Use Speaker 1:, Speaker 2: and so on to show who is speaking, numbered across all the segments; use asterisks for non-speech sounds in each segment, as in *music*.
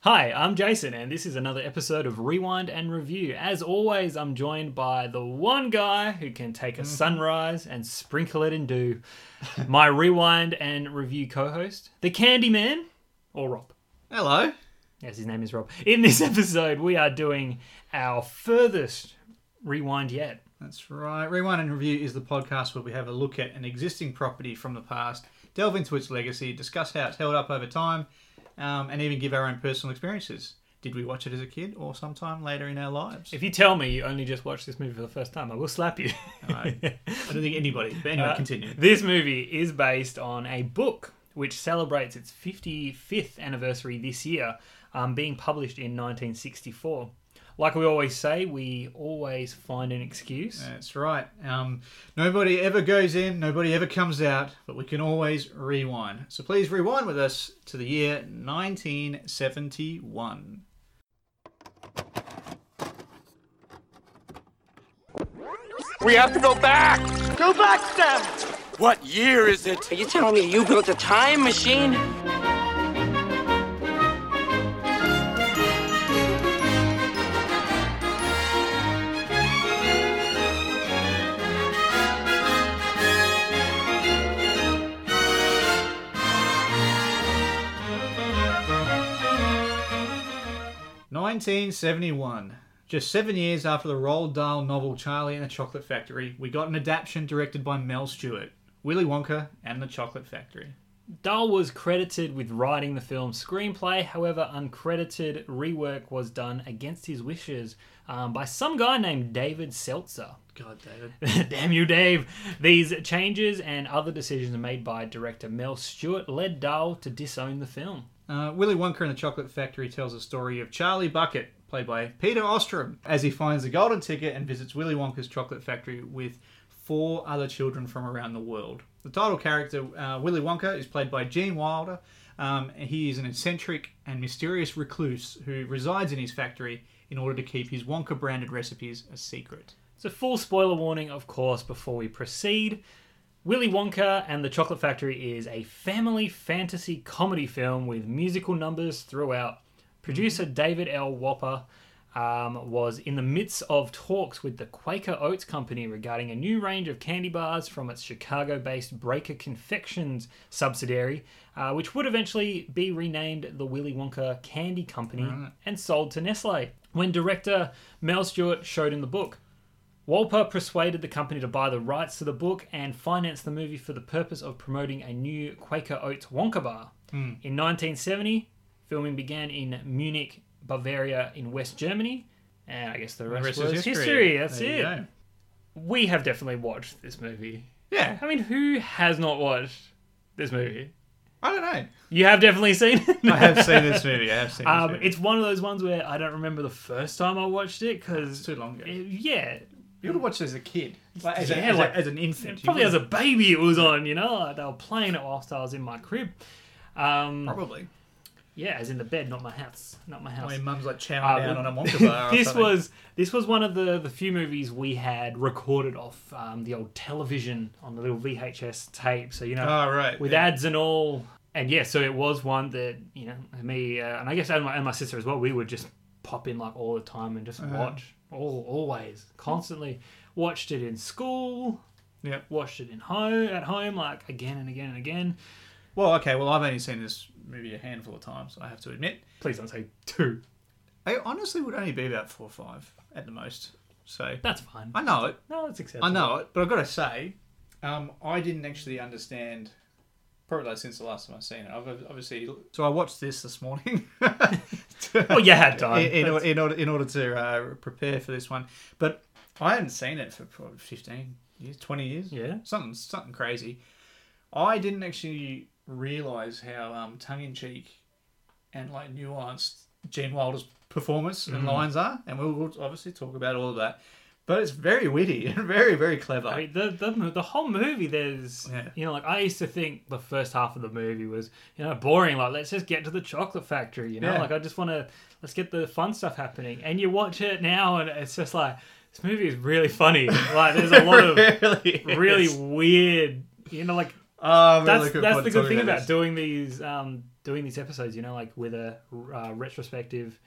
Speaker 1: Hi, I'm Jason, and this is another episode of Rewind and Review. As always, I'm joined by the one guy who can take a sunrise and sprinkle it in dew, my Rewind and Review co host, the Candyman, or Rob.
Speaker 2: Hello.
Speaker 1: Yes, his name is Rob. In this *laughs* episode, we are doing our furthest rewind yet.
Speaker 2: That's right. Rewind and Review is the podcast where we have a look at an existing property from the past, delve into its legacy, discuss how it's held up over time, um, and even give our own personal experiences. Did we watch it as a kid or sometime later in our
Speaker 1: *laughs*
Speaker 2: lives?
Speaker 1: If you tell me you only just watched this movie for the first time, I will slap you. *laughs*
Speaker 2: I don't think anybody. But anyway, continue.
Speaker 1: Uh, This movie is based on a book which celebrates its 55th anniversary this year, um, being published in 1964. Like we always say, we always find an excuse.
Speaker 2: That's right. Um, nobody ever goes in, nobody ever comes out, but we can always rewind. So please rewind with us to the year 1971.
Speaker 3: We have to go back. Go back, Sam. What year is it?
Speaker 4: Are you telling me you built a time machine?
Speaker 2: Nineteen seventy-one. Just seven years after the Roald Dahl novel Charlie and the Chocolate Factory, we got an adaptation directed by Mel Stewart, Willy Wonka and the Chocolate Factory.
Speaker 1: Dahl was credited with writing the film's screenplay, however, uncredited rework was done against his wishes um, by some guy named David Seltzer. *laughs*
Speaker 2: God, David.
Speaker 1: Damn you, Dave. These changes and other decisions made by director Mel Stewart led Dahl to disown the film.
Speaker 2: Uh, Willy Wonka and the Chocolate Factory tells the story of Charlie Bucket, played by Peter Ostrom, as he finds the golden ticket and visits Willy Wonka's chocolate factory with four other children from around the world. The title character, uh, Willy Wonka, is played by Gene Wilder. Um, and he is an eccentric and mysterious recluse who resides in his factory in order to keep his Wonka branded recipes a secret.
Speaker 1: So, full spoiler warning, of course, before we proceed. Willy Wonka and the Chocolate Factory is a family fantasy comedy film with musical numbers throughout. Producer David L. Whopper um, was in the midst of talks with the Quaker Oats Company regarding a new range of candy bars from its Chicago based Breaker Confections subsidiary, uh, which would eventually be renamed the Willy Wonka Candy Company and sold to Nestle. When director Mel Stewart showed him the book, Walper persuaded the company to buy the rights to the book and finance the movie for the purpose of promoting a new Quaker Oats Wonka bar.
Speaker 2: Hmm.
Speaker 1: In 1970, filming began in Munich, Bavaria, in West Germany, and I guess the rest, was history. That's
Speaker 2: There
Speaker 1: it.
Speaker 2: you go.
Speaker 1: We have definitely watched this movie.
Speaker 2: Yeah,
Speaker 1: I mean, who has not watched this movie?
Speaker 2: I don't know.
Speaker 1: You have definitely seen it.
Speaker 2: I have seen this movie. I have
Speaker 1: *laughs*
Speaker 2: seen this
Speaker 1: Um,
Speaker 2: movie.
Speaker 1: it's one of those ones where I don't remember the first time I watched it because
Speaker 2: It's too long ago.
Speaker 1: yeah,
Speaker 2: You would have watched it as a kid, like as, a-
Speaker 1: Yeah,
Speaker 2: as a-
Speaker 1: like-
Speaker 2: as an infant. you
Speaker 1: probably as
Speaker 2: would've-
Speaker 1: a baby it was on. You know, like, they were playing it whilst I was in my crib. Um,
Speaker 2: probably.
Speaker 1: yeah, as in the bed, not my house, not my house.
Speaker 2: My mum's like chowing
Speaker 1: Uh, *laughs*
Speaker 2: down *laughs* on a Wonka bar. or
Speaker 1: this
Speaker 2: something.
Speaker 1: was this was one of the the few movies we had recorded off um, the old television on the little VHS tape. So you know,
Speaker 2: Oh, right,
Speaker 1: with
Speaker 2: yeah.
Speaker 1: ads and all. And yeah, so it was one that you know me uh, and I guess and my, and my sister as well. We would just pop in like all the time and just
Speaker 2: Uh-huh.
Speaker 1: watch all always constantly. Watched it in school.
Speaker 2: Yep.
Speaker 1: Watched it in home at home like again and again and again.
Speaker 2: Well, okay. Well, I've only seen this movie a handful of times. I have to admit.
Speaker 1: Please don't say two.
Speaker 2: I honestly would only be about four or five at the most. So
Speaker 1: That's fine.
Speaker 2: I know it.
Speaker 1: no, that's acceptable.
Speaker 2: I know it. But I've got to say, um, I didn't actually understand. Probably like since the last time I've seen it. I've ob- obviously. Oh, So I watched this this *laughs* morning.
Speaker 1: Well, you had
Speaker 2: in,
Speaker 1: time.
Speaker 2: in, or- in order in order to uh, prepare for this one. But I hadn't seen it for probably fifteen years, twenty years,
Speaker 1: Yeah.
Speaker 2: something something crazy. I didn't actually realize how um, tongue in cheek and like nuanced Gene Wilder's performance
Speaker 1: Mm-hmm.
Speaker 2: and lines are, and we'll, we'll obviously talk about all of that. But it's very witty *laughs* and very very clever.
Speaker 1: I mean, the, the the whole movie, there's
Speaker 2: Yeah.
Speaker 1: you know, like I used to think the first half of the movie was you know boring. Like let's just get to the chocolate factory, you know,
Speaker 2: Yeah.
Speaker 1: like I just want to let's get the fun stuff happening. And you watch it now, and it's just like this
Speaker 2: *laughs*
Speaker 1: movie is really funny. Like there's a lot of
Speaker 2: really,
Speaker 1: really
Speaker 2: is.
Speaker 1: weird, you know, like
Speaker 2: Ah, really
Speaker 1: that's
Speaker 2: good
Speaker 1: that's
Speaker 2: point
Speaker 1: the
Speaker 2: to
Speaker 1: good
Speaker 2: talk
Speaker 1: thing about
Speaker 2: this.
Speaker 1: doing these um, doing these episodes. You know, like with a uh, retrospective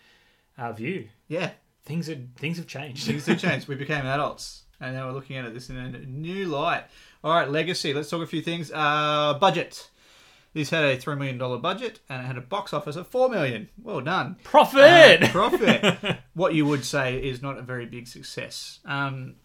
Speaker 1: uh, view,
Speaker 2: Yeah,
Speaker 1: things are things have changed.
Speaker 2: things have changed. We became adults, and now we're looking at this in a new light. All right, legacy. Let's talk a few things. Uh, budget. This had a three million dollar budget, and it had a box office of four million. Well done.
Speaker 1: *laughs* Profit.
Speaker 2: Uh, Profit. *laughs* what you would say is not a very big success. Um,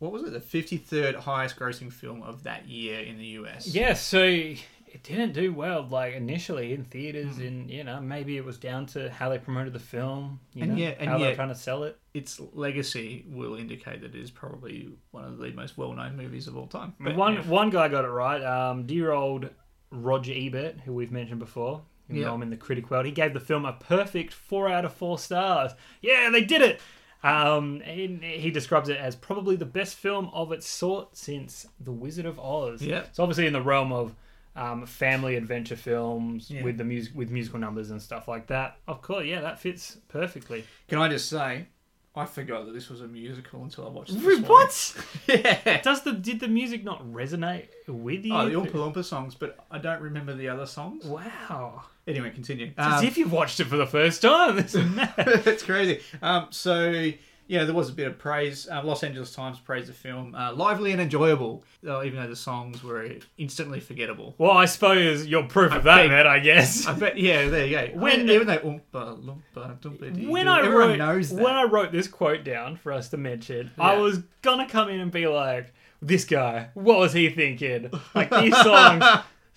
Speaker 2: what was it? The fifty third highest grossing film of that year in the US.
Speaker 1: yeah, so it didn't do well. Like initially in theaters,
Speaker 2: Hmm.
Speaker 1: and you know, maybe it was down to how they promoted the film. You
Speaker 2: And
Speaker 1: know,
Speaker 2: yet- and
Speaker 1: how they
Speaker 2: yet-
Speaker 1: were trying to sell it.
Speaker 2: Its legacy will indicate that it is probably one of the most well known movies of all time. But,
Speaker 1: One
Speaker 2: yeah.
Speaker 1: one guy got it right. Um, dear old Roger Ebert, who we've mentioned before. You
Speaker 2: Yeah.
Speaker 1: know him in the critic world. He gave the film a perfect four out of four stars. Yeah, they did it. Um, and he describes it as probably the best film of its sort since The Wizard of Oz.
Speaker 2: Yeah.
Speaker 1: It's obviously in the realm of um, family adventure films
Speaker 2: Yeah.
Speaker 1: with the music with musical numbers and stuff like that. Of course, yeah, that fits perfectly.
Speaker 2: Can I just say, I forgot that this was a musical until I watched this. one.
Speaker 1: What?
Speaker 2: yeah.
Speaker 1: Does the did the music not resonate with you?
Speaker 2: *laughs*
Speaker 1: *laughs*
Speaker 2: Oh, the Oompa Loompa songs, but I don't remember the other songs.
Speaker 1: wow.
Speaker 2: Anyway, continue.
Speaker 1: As
Speaker 2: Um,
Speaker 1: if you've watched it for the first time. *laughs* This is mad.
Speaker 2: *laughs* it's crazy. Um, so yeah, there was a bit of praise. Uh, Los Angeles Times praised the film uh, lively and enjoyable, though even though the songs were instantly forgettable.
Speaker 1: well, I suppose you're proof of that,
Speaker 2: think-
Speaker 1: man, I guess.
Speaker 2: I bet. Yeah, there you go.
Speaker 1: When-
Speaker 2: When even though um, oompa loompa doompa
Speaker 1: when I
Speaker 2: everyone
Speaker 1: wrote
Speaker 2: knows that.
Speaker 1: when I wrote this quote down for us to mention, I
Speaker 2: Yeah.
Speaker 1: was gonna come in and be like, "This guy, what was he thinking? Like these *laughs* songs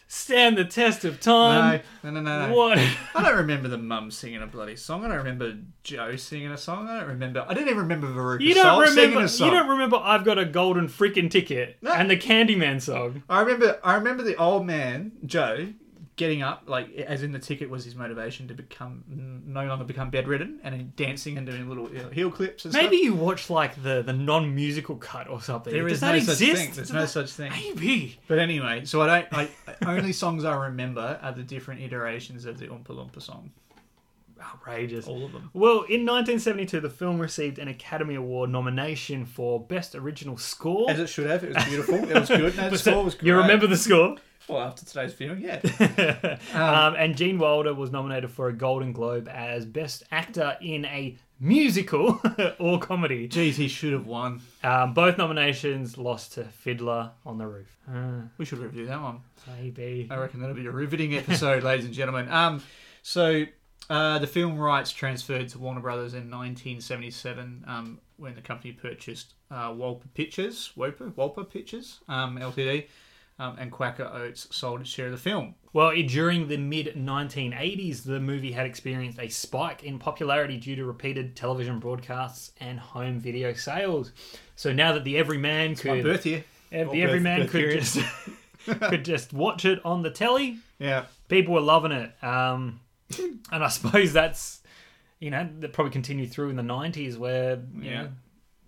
Speaker 1: stand the test of time."
Speaker 2: no, no, no,
Speaker 1: *laughs*
Speaker 2: no.
Speaker 1: What?
Speaker 2: I don't remember the mum singing a bloody song. I don't remember Joe singing a song. I don't remember. I don't even remember Veruca
Speaker 1: You don't
Speaker 2: Salt singing
Speaker 1: remember?
Speaker 2: a
Speaker 1: You
Speaker 2: song.
Speaker 1: don't remember? I've got a golden freaking ticket and the Candyman song.
Speaker 2: I remember. I remember the old man Joe getting up, like as in the ticket was his motivation to become n- no longer become bedridden, and then dancing and doing little you know, heel clips. And
Speaker 1: Maybe
Speaker 2: stuff.
Speaker 1: you watch like the the non musical cut or something.
Speaker 2: there
Speaker 1: Does
Speaker 2: is
Speaker 1: that
Speaker 2: no
Speaker 1: exist?
Speaker 2: such thing. There's
Speaker 1: Does
Speaker 2: no
Speaker 1: that-
Speaker 2: such thing.
Speaker 1: Maybe.
Speaker 2: But anyway, so I don't. I only songs I remember are the different iterations of the Oompa Loompa song.
Speaker 1: Outrageous.
Speaker 2: All of them.
Speaker 1: Well, in 1972, the film received an Academy Award nomination for Best Original Score.
Speaker 2: As it should have. It was beautiful. it
Speaker 1: *laughs*
Speaker 2: was good. No, the
Speaker 1: Was
Speaker 2: score
Speaker 1: it-
Speaker 2: was great.
Speaker 1: You remember the score? *laughs*
Speaker 2: Well, after today's viewing, yeah.
Speaker 1: Um, and Gene Wilder was nominated for a Golden Globe as Best Actor in a Musical *laughs* or Comedy.
Speaker 2: Jeez, he should have won.
Speaker 1: Um, both nominations lost to Fiddler on the Roof. Uh,
Speaker 2: We should review that one.
Speaker 1: maybe.
Speaker 2: I reckon that'll be a riveting episode, ladies and gentlemen. Um, so uh, the film rights transferred to Warner Brothers in 1977 um, when the company purchased uh, Walper Pictures, Walper, Walper Pictures um, Ltd. Um, and Quacker Oats sold its share of the film.
Speaker 1: Well, i- during the mid 1980s, the movie had experienced a spike in popularity due to repeated television broadcasts and home video sales. So now that the everyman
Speaker 2: My
Speaker 1: could
Speaker 2: birth year.
Speaker 1: Ev-
Speaker 2: Or
Speaker 1: the
Speaker 2: birth-
Speaker 1: everyman
Speaker 2: birth
Speaker 1: could
Speaker 2: period.
Speaker 1: just
Speaker 2: *laughs*
Speaker 1: could just watch it on the telly.
Speaker 2: Yeah.
Speaker 1: People were loving it, um, and I suppose that's you know that probably continued through in the '90s, where you
Speaker 2: Yeah.
Speaker 1: know,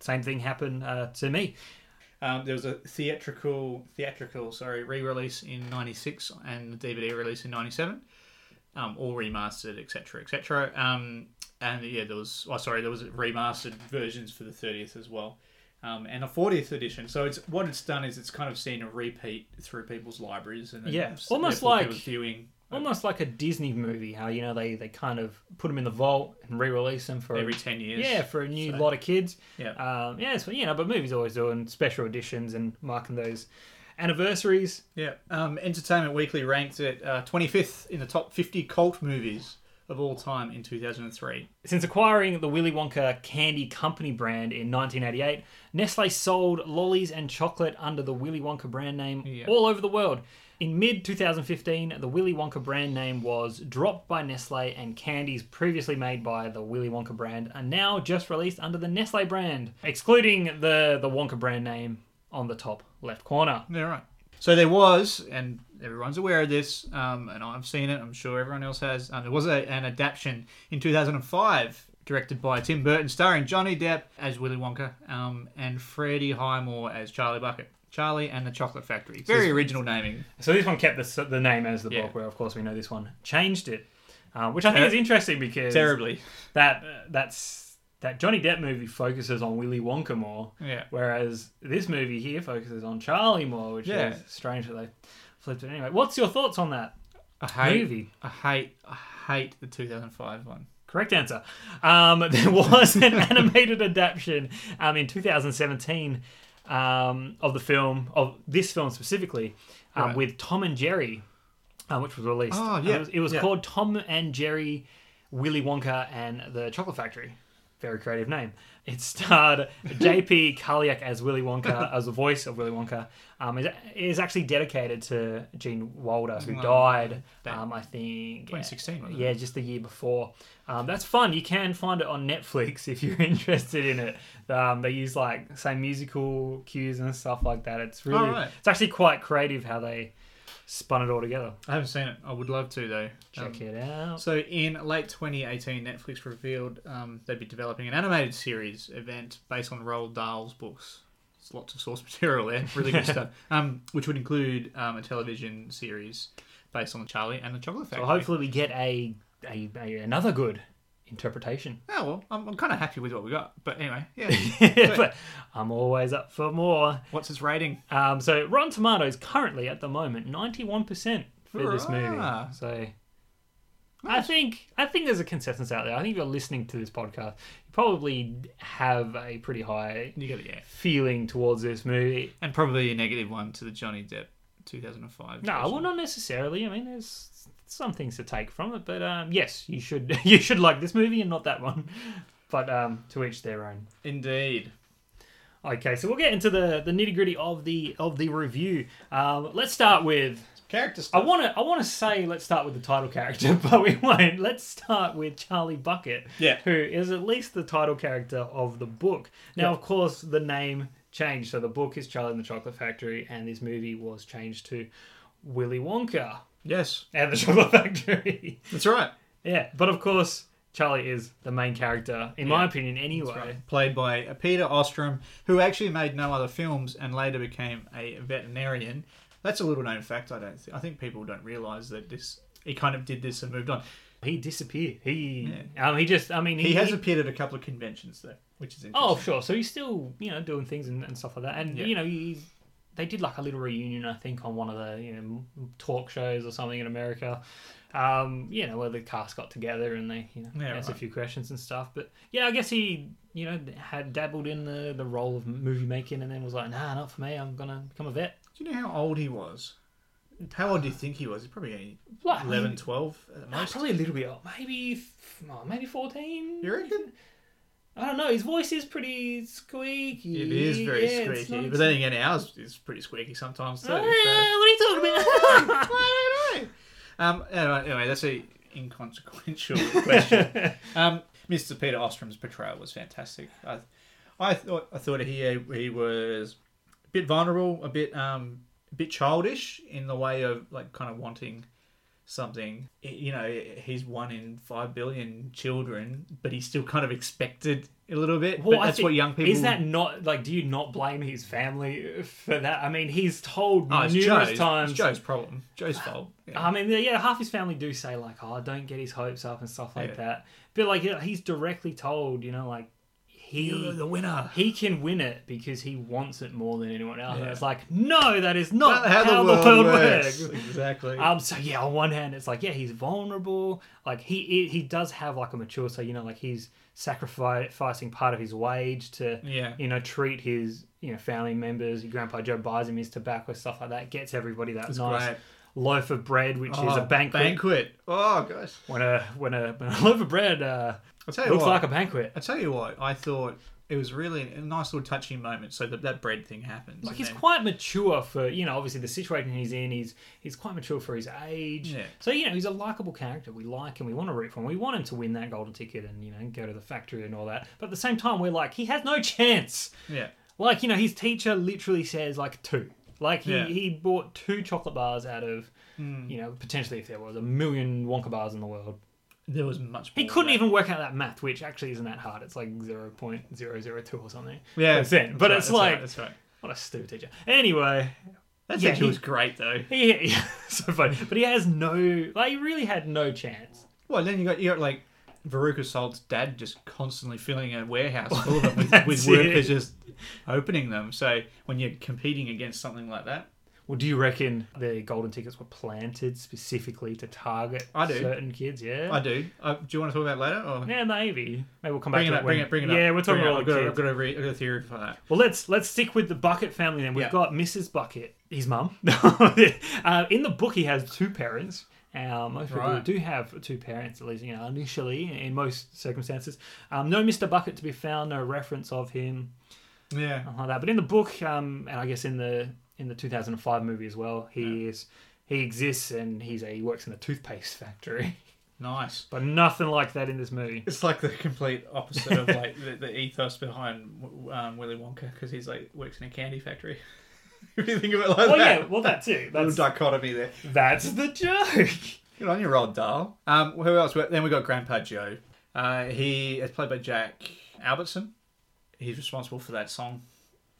Speaker 1: same thing happened uh, to me.
Speaker 2: Um, there was a theatrical, theatrical, sorry, re-release in '96 and the DVD release in '97, um, all remastered, etc., etc. Um, and yeah, there was, oh, sorry, there was remastered versions for the 30th as well, um, and a 40th edition. So it's what it's done is it's kind of seen a repeat through people's libraries and then
Speaker 1: Yeah,
Speaker 2: s-
Speaker 1: almost
Speaker 2: therefore
Speaker 1: like-
Speaker 2: people's viewing
Speaker 1: Almost like a Disney movie, how you know they they kind of put them in the vault and re-release them for
Speaker 2: every 10 years.
Speaker 1: Yeah, for a new
Speaker 2: So-
Speaker 1: lot of kids.
Speaker 2: Yeah.
Speaker 1: um, yeah. So you know, but movies always doing special editions and marking those anniversaries.
Speaker 2: Yeah. Um, Entertainment Weekly ranked it uh, 25th in the top 50 cult movies of all time in 2003.
Speaker 1: Since acquiring the Willy Wonka Candy Company brand in 1988, Nestle sold lollies and chocolate under the Willy Wonka brand name
Speaker 2: Yeah.
Speaker 1: all over the world. In mid 2015, the Willy Wonka brand name was dropped by Nestle, and candies previously made by the Willy Wonka brand are now just released under the Nestle brand, excluding the, the Wonka brand name on the top left corner.
Speaker 2: Yeah, right. So there was, and everyone's aware of this, um, and I've seen it. I'm sure everyone else has. Um, there was a, an adaptation in 2005, directed by Tim Burton, starring Johnny Depp as Willy Wonka, um, and Freddie Highmore as Charlie Bucket. Charlie and the Chocolate Factory. Very original naming.
Speaker 1: So this one kept the, the name as the
Speaker 2: Yeah.
Speaker 1: book, where of course we know this one changed it, uh, which I think is interesting because
Speaker 2: Terribly.
Speaker 1: that uh, that's that Johnny Depp movie focuses on Willy Wonka more,
Speaker 2: Yeah.
Speaker 1: whereas this movie here focuses on Charlie more, which
Speaker 2: Yeah.
Speaker 1: is strange that they flipped it anyway. What's your thoughts on that?
Speaker 2: I hate,
Speaker 1: Movie.
Speaker 2: I hate, I hate the 2005 one.
Speaker 1: Correct answer. Um, there *laughs* was an animated adaptation um, in 2017 um, of the film, of this film specifically, um,
Speaker 2: Right.
Speaker 1: with Tom and Jerry, um, which was released.
Speaker 2: Oh,
Speaker 1: And
Speaker 2: yeah,
Speaker 1: It was, it was
Speaker 2: yeah.
Speaker 1: called Tom and Jerry, Willy Wonka and the Chocolate Factory. Very creative name. It starred *laughs* J.P. Kaliak as Willy
Speaker 2: *laughs*
Speaker 1: Wonka, as the voice of Willy Wonka. Um, it is actually dedicated to Gene Wilder, who
Speaker 2: Wow.
Speaker 1: died,
Speaker 2: That-
Speaker 1: um, I think,
Speaker 2: 2016, wasn't it?
Speaker 1: Yeah, yeah, just the year before. Um, that's fun. You can find it on Netflix *laughs* if you're interested in it. Um, they use like same musical cues and stuff like that. It's really,
Speaker 2: right.
Speaker 1: it's actually quite creative how they spun it all together.
Speaker 2: I haven't seen it. I would love to though. Um,
Speaker 1: Check it out.
Speaker 2: So in late 2018, Netflix revealed um, they'd be developing an animated series event based on Roald Dahl's books. There's lots of source *laughs* material there,
Speaker 1: *laughs*
Speaker 2: really good stuff. Um, which would include um, a television series based on Charlie and the Chocolate Factory.
Speaker 1: So hopefully we get a, a, a another good interpretation. *laughs*
Speaker 2: Oh well, I'm, I'm kind of happy with what we got. But anyway, yeah.
Speaker 1: but I'm always up for more.
Speaker 2: What's its rating?
Speaker 1: Um, so Rotten Tomatoes currently at the moment 91% for this
Speaker 2: Hurrah.
Speaker 1: movie. So I think I think there's a consensus out there. I think if you're listening to this podcast, you probably have a pretty high
Speaker 2: You get it, yeah.
Speaker 1: feeling towards this movie.
Speaker 2: And probably a negative one to the Johnny Depp 2005.
Speaker 1: No,
Speaker 2: version.
Speaker 1: well, not necessarily. I mean, there's some things to take from it, but um, yes, you should *laughs* you should like this movie and not that one. But um, to each their own.
Speaker 2: Indeed.
Speaker 1: Okay, so we'll get into the, the nitty gritty of the of the review. Um, let's start with
Speaker 2: Character
Speaker 1: I
Speaker 2: stuff.
Speaker 1: want to. I want to say let's start with the title character, *laughs* but we won't. Let's start with Charlie Bucket,
Speaker 2: Yeah.
Speaker 1: who is at least the title character of the book. Now, of course, the name changed. So the book is Charlie and the Chocolate Factory, and this movie was changed to Willy Wonka
Speaker 2: yes,
Speaker 1: and the *laughs* Chocolate Factory. *laughs*
Speaker 2: that's right.
Speaker 1: yeah, but of course, Charlie is the main character, in my
Speaker 2: Yeah.
Speaker 1: opinion, anyway.
Speaker 2: played by uh, Peter Ostrom, who actually made no other films and later became a veterinarian. That's a little known fact. I don't. Think, I think people don't realize that this. He kind of did this and moved on.
Speaker 1: He disappeared. He. Um. He just. I mean.
Speaker 2: He has appeared at a couple of conventions though, which is interesting.
Speaker 1: Oh, sure. So he's still, you know, doing things and, and stuff like that. And
Speaker 2: Yeah.
Speaker 1: you know, he's, they did like a little reunion, I think, on one of the you know m- talk shows or something in America. Um, you know, where the cast got together and they you know
Speaker 2: Yeah,
Speaker 1: asked a
Speaker 2: right.
Speaker 1: few questions and stuff. But yeah, I guess he you know had dabbled in the the role of movie making and then was like, nah, not for me. I'm gonna become a vet.
Speaker 2: Do you know how old he was? How old do you think he was? He's Probably
Speaker 1: Like
Speaker 2: 11, 12 at
Speaker 1: nah,
Speaker 2: most.
Speaker 1: probably a little bit, old. maybe f- oh, maybe fourteen.
Speaker 2: You reckon?
Speaker 1: I don't know. His voice is pretty squeaky.
Speaker 2: It is very
Speaker 1: Yeah, it's
Speaker 2: squeaky,
Speaker 1: not
Speaker 2: but then again, ours is pretty squeaky sometimes too.
Speaker 1: Ah, what are you *laughs*
Speaker 2: *laughs* so-
Speaker 1: talking about?
Speaker 2: I don't know. Um, anyway, anyway, that's a inconsequential
Speaker 1: *laughs*
Speaker 2: question. um, Mr. Peter Ostrom's portrayal was fantastic. I, I thought I thought he he was a bit vulnerable, a bit um, a bit childish in the way of like kind of wanting something. You know, he's one in five billion children, but he's still kind of expected a little bit.
Speaker 1: Well,
Speaker 2: but
Speaker 1: I
Speaker 2: that's
Speaker 1: think-
Speaker 2: what young people
Speaker 1: Is that not like? Do you not blame his family for that? I mean, he's told
Speaker 2: Oh, it's
Speaker 1: numerous
Speaker 2: Joe's-
Speaker 1: times.
Speaker 2: It's Joe's problem. Joe's fault. Yeah.
Speaker 1: I mean, yeah, half his family do say like, "Oh, don't get his hopes up" and stuff like
Speaker 2: Yeah.
Speaker 1: that. But like, yeah, he's directly told, you know, like
Speaker 2: You're
Speaker 1: he
Speaker 2: the winner.
Speaker 1: he can win it because he wants it more than anyone else. And
Speaker 2: Yeah.
Speaker 1: it's like, no, that is not
Speaker 2: how the world, works.
Speaker 1: works.
Speaker 2: Exactly.
Speaker 1: Um, so yeah, on one hand, it's like yeah, he's vulnerable. Like he he does have like a mature, so you know, like he's sacrificing part of his wage to
Speaker 2: Yeah.
Speaker 1: you know treat his you know family members. Grandpa Joe buys him his tobacco, stuff like that. Gets everybody that nice
Speaker 2: great.
Speaker 1: loaf of bread, which is a
Speaker 2: Oh,
Speaker 1: banquet.
Speaker 2: Banquet. Oh gosh.
Speaker 1: When a when a *laughs* when a loaf of bread uh,
Speaker 2: I'll tell you
Speaker 1: looks
Speaker 2: what.
Speaker 1: like a banquet.
Speaker 2: I'll tell you what. I thought it was really a nice little touching moment. So that that bread thing happens.
Speaker 1: Like
Speaker 2: and
Speaker 1: he's
Speaker 2: then-
Speaker 1: quite mature for you know obviously the situation he's in. He's he's quite mature for his age.
Speaker 2: Yeah.
Speaker 1: So you know he's a likable character. We like him. We want to root for him. We want him to win that golden ticket and you know go to the factory and all that. But at the same time, we're like he has no chance.
Speaker 2: Yeah.
Speaker 1: Like you know his teacher literally says like two. Like he
Speaker 2: Yeah. Hmm.
Speaker 1: he bought two chocolate bars out of you know potentially if there was a million Wonka bars in the world.
Speaker 2: There was much.
Speaker 1: He
Speaker 2: more
Speaker 1: couldn't
Speaker 2: than
Speaker 1: even work out that math, which actually isn't that hard. It's like zero point zero zero two or something.
Speaker 2: that. Yeah.
Speaker 1: percent. But
Speaker 2: that's
Speaker 1: it's
Speaker 2: right,
Speaker 1: like
Speaker 2: that's right.
Speaker 1: what a stupid teacher. Anyway,
Speaker 2: That's right. That
Speaker 1: yeah,
Speaker 2: teacher
Speaker 1: he-
Speaker 2: was great though.
Speaker 1: yeah,
Speaker 2: *laughs*
Speaker 1: yeah, so funny. But he has no, like, he really had no chance.
Speaker 2: Well, then you got you got like Veruca Salt's dad just constantly filling a warehouse *laughs* full of them with, with
Speaker 1: That's
Speaker 2: workers
Speaker 1: it.
Speaker 2: just opening them. So when you're competing against something like that,
Speaker 1: Well, do you reckon the golden tickets were planted specifically to target
Speaker 2: I do.
Speaker 1: certain kids? Yeah,
Speaker 2: I do. Uh, do you want to talk about it later? Or?
Speaker 1: Yeah, maybe. Maybe we'll come
Speaker 2: Bring it
Speaker 1: back
Speaker 2: up,
Speaker 1: to
Speaker 2: bring
Speaker 1: that
Speaker 2: it, bring it
Speaker 1: yeah,
Speaker 2: up.
Speaker 1: Yeah, we're talking
Speaker 2: Bring
Speaker 1: about
Speaker 2: it up.
Speaker 1: all
Speaker 2: I've
Speaker 1: the
Speaker 2: got, a-
Speaker 1: kids.
Speaker 2: I've got a, re- I've got a theory for that.
Speaker 1: Well, let's let's stick with the Bucket family then. We've
Speaker 2: Yeah.
Speaker 1: got Mrs. Bucket, his
Speaker 2: *laughs*
Speaker 1: mum. *laughs* uh, in the book, he has two parents. Uh, most
Speaker 2: Right.
Speaker 1: people do have two parents, at least you know, initially, in most circumstances. Um, no Mr. Bucket to be found, no reference of him,
Speaker 2: Yeah.
Speaker 1: nothing like that. But in the book, um, and I guess in the in the 2005 movie as well, he is he exists and he's a, he works in a toothpaste factory. *laughs*
Speaker 2: Nice.
Speaker 1: But nothing like that in this
Speaker 2: *laughs*
Speaker 1: movie.
Speaker 2: It's like the complete opposite of *laughs* like the, the ethos behind um, Willy Wonka because he's like works in a candy factory. *laughs* if you think of it like
Speaker 1: Well,
Speaker 2: that,
Speaker 1: yeah, well that's it.
Speaker 2: little
Speaker 1: That's
Speaker 2: dichotomy there.
Speaker 1: that's the joke.
Speaker 2: Good on your old doll. Um, who else? We- Then we got Grandpa Joe. Uh, he is played by Jack Albertson. He's responsible for that song.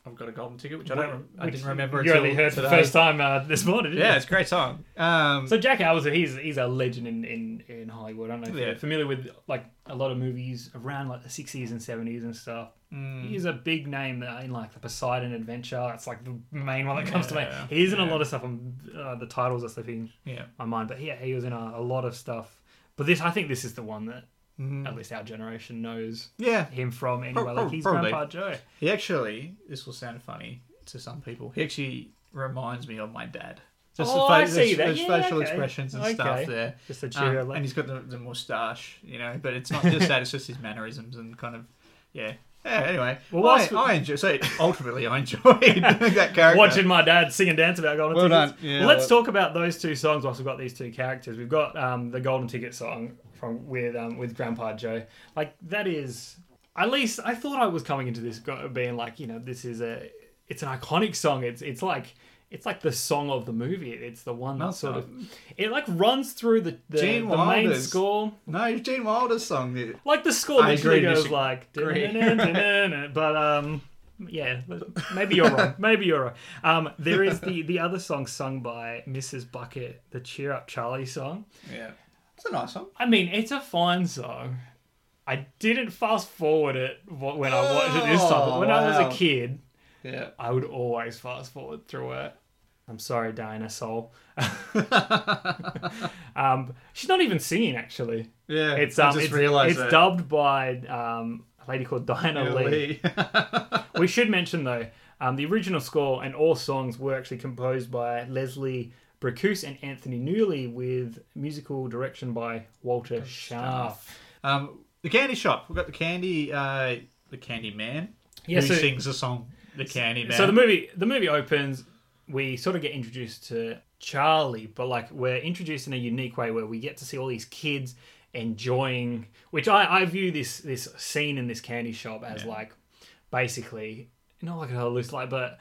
Speaker 2: I've got a golden ticket, which I don't. Rem- I
Speaker 1: Which
Speaker 2: didn't remember.
Speaker 1: You
Speaker 2: until
Speaker 1: only heard for the
Speaker 2: today.
Speaker 1: first time uh, this morning. didn't
Speaker 2: Yeah,
Speaker 1: you?
Speaker 2: it's a great song. Um,
Speaker 1: So Jack Hauser, he's he's a legend in, in, in Hollywood. I don't know if
Speaker 2: Yeah.
Speaker 1: you're familiar with like a lot of movies around like the sixties and seventies and stuff.
Speaker 2: Mm.
Speaker 1: He's a big name uh, in like the Poseidon Adventure. That's like the main one that comes
Speaker 2: Yeah,
Speaker 1: to me. He's in a
Speaker 2: yeah.
Speaker 1: lot of stuff. On, uh, the titles are slipping
Speaker 2: yeah,
Speaker 1: my mind, but yeah, he was in a, a lot of stuff. But this, I think, this is the one that
Speaker 2: Mm-hmm.
Speaker 1: at least our generation knows
Speaker 2: yeah.
Speaker 1: him from anyway.
Speaker 2: Prob-
Speaker 1: like he's
Speaker 2: probably.
Speaker 1: Grandpa Joe.
Speaker 2: He actually, this will sound funny to some people. He actually reminds me of my dad. Just
Speaker 1: Oh,
Speaker 2: the
Speaker 1: I
Speaker 2: fa-
Speaker 1: see
Speaker 2: the-
Speaker 1: that.
Speaker 2: the
Speaker 1: Yeah,
Speaker 2: facial
Speaker 1: okay.
Speaker 2: expressions and stuff
Speaker 1: Okay.
Speaker 2: there.
Speaker 1: Just a
Speaker 2: Um,
Speaker 1: cheerio. like,
Speaker 2: and he's got the, the mustache, you know. But it's not just that; it's just his mannerisms and kind of, yeah. Yeah, anyway,
Speaker 1: Well,
Speaker 2: I,
Speaker 1: whilst we-
Speaker 2: I enjoy. So ultimately, I enjoyed *laughs* that character.
Speaker 1: Watching my dad sing and dance about golden
Speaker 2: Well
Speaker 1: tickets.
Speaker 2: done. Yeah,
Speaker 1: well, let's
Speaker 2: well-
Speaker 1: talk about those two songs whilst we've got these two characters. We've got um, the golden ticket song from with um, with Grandpa Joe. Like that is at least I thought I was coming into this go- being like you know this is a it's an iconic song. It's it's like. It's like the song of the movie. It's the one that
Speaker 2: No, it's
Speaker 1: sort
Speaker 2: not.
Speaker 1: of it like runs through the the,
Speaker 2: Gene
Speaker 1: the main
Speaker 2: Wilder's-
Speaker 1: score.
Speaker 2: No, Gene Wilder's song. the-
Speaker 1: Like the score
Speaker 2: I
Speaker 1: literally
Speaker 2: agree,
Speaker 1: goes
Speaker 2: disagree.
Speaker 1: like,
Speaker 2: *laughs*
Speaker 1: "Dun-dun-dun-dun-dun," but um, yeah, maybe you're wrong. Maybe you're wrong. Um, there is the the other song sung by Mrs. Bucket, the Cheer Up Charlie song.
Speaker 2: Yeah, it's a nice song.
Speaker 1: I mean, it's a fine song. I didn't fast forward it wh- when I watched it this time, but when I
Speaker 2: Oh, wow.
Speaker 1: was a kid,
Speaker 2: Yeah,
Speaker 1: I would always fast forward through it. I'm sorry, Diana
Speaker 2: *laughs*
Speaker 1: Soul. *laughs* um, she's not even singing actually.
Speaker 2: yeah.
Speaker 1: It's
Speaker 2: I
Speaker 1: um,
Speaker 2: just
Speaker 1: it's,
Speaker 2: realised
Speaker 1: it's
Speaker 2: that.
Speaker 1: dubbed by um, a lady called Diana
Speaker 2: Yeah,
Speaker 1: Lee.
Speaker 2: Lee.
Speaker 1: We should mention though, um, the original score and all songs were actually composed by Leslie Bracuse and Anthony Newley, with musical direction by Walter Schaff.
Speaker 2: um, the candy shop. We've got the candy. Uh, the candy man.
Speaker 1: Yeah,
Speaker 2: who
Speaker 1: so-
Speaker 2: sings the song "The Candy Man"?
Speaker 1: So the movie the movie opens. We sort of get introduced to Charlie, but like we're introduced in a unique way where we get to see all these kids enjoying. Which I I view this this scene in this candy shop as like basically not like a loose light, but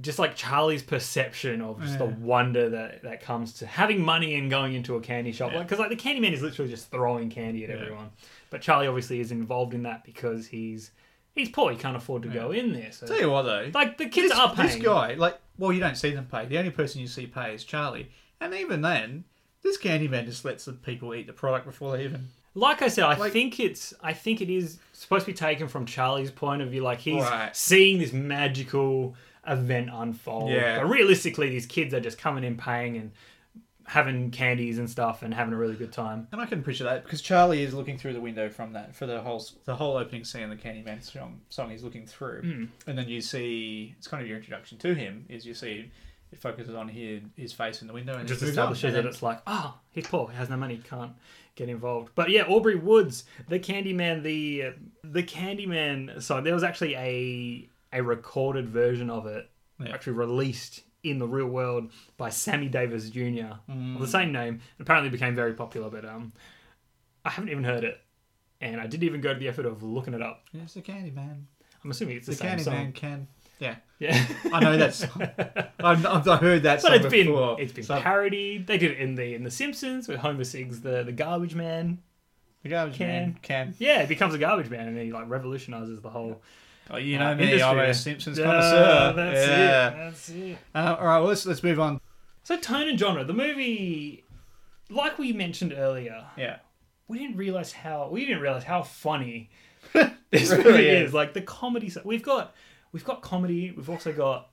Speaker 1: just like Charlie's perception of just the wonder that that comes to having money and going into a candy shop. Like 'cause Like because like the candy man is literally just throwing candy at everyone, but Charlie obviously is involved in that because he's. He's poor. He can't afford to go in there. So
Speaker 2: Tell you what though,
Speaker 1: like the kids
Speaker 2: this,
Speaker 1: are paying.
Speaker 2: this guy, like, well, you don't see them pay. The only person you see pay is Charlie, and even then, this candy man just lets the people eat the product before they even.
Speaker 1: Like I said, I
Speaker 2: Like-
Speaker 1: think it's I think it is supposed to be taken from Charlie's point of view. Like he's
Speaker 2: Right.
Speaker 1: seeing this magical event unfold.
Speaker 2: Yeah.
Speaker 1: But realistically, these kids are just coming in, paying, and having candies and stuff, and having a really good time.
Speaker 2: And I can appreciate that because Charlie is looking through the window from that for the whole the whole opening scene. The candy man song, song he's looking through,
Speaker 1: Hmm.
Speaker 2: and then you see it's kind of your introduction to him. Is you see it focuses on his his face in the window and
Speaker 1: Just
Speaker 2: it moves on,
Speaker 1: establishes
Speaker 2: and
Speaker 1: that
Speaker 2: then-
Speaker 1: it's like, oh, he's poor, he has no money, can't get involved. But yeah, Aubrey Woods, the Candyman, the uh, the Candyman song. There was actually a a recorded version of it,
Speaker 2: Yeah.
Speaker 1: actually released in the real world by Sammy Davis Jr. of the
Speaker 2: Mm.
Speaker 1: same name. Apparently became very popular, but um, I haven't even heard it, and I didn't even go to the effort of looking it up.
Speaker 2: it's the candy man.
Speaker 1: I'm assuming it's the,
Speaker 2: The,
Speaker 1: same
Speaker 2: candy
Speaker 1: song.
Speaker 2: man can. Yeah, *laughs*
Speaker 1: Yeah. *laughs*
Speaker 2: I know that song. I've, I've heard that song
Speaker 1: But it's been
Speaker 2: before.
Speaker 1: it's been
Speaker 2: So-
Speaker 1: parodied. They did it in the in the Simpsons with Homer sings the the garbage man.
Speaker 2: the garbage
Speaker 1: Can.
Speaker 2: man can.
Speaker 1: Yeah, he becomes a garbage man and he like revolutionizes the whole
Speaker 2: Oh, you know
Speaker 1: uh,
Speaker 2: me, I'm
Speaker 1: industry.
Speaker 2: a Simpsons
Speaker 1: Yeah,
Speaker 2: connoisseur.
Speaker 1: That's
Speaker 2: yeah.
Speaker 1: it. That's it.
Speaker 2: Uh, all right, well, let's let's move on.
Speaker 1: So tone and genre. The movie, like we mentioned earlier,
Speaker 2: Yeah.
Speaker 1: we didn't realize how we didn't realize how
Speaker 2: *laughs*
Speaker 1: funny this movie
Speaker 2: is.
Speaker 1: is. Like the comedy. s- We've got we've got comedy. We've also got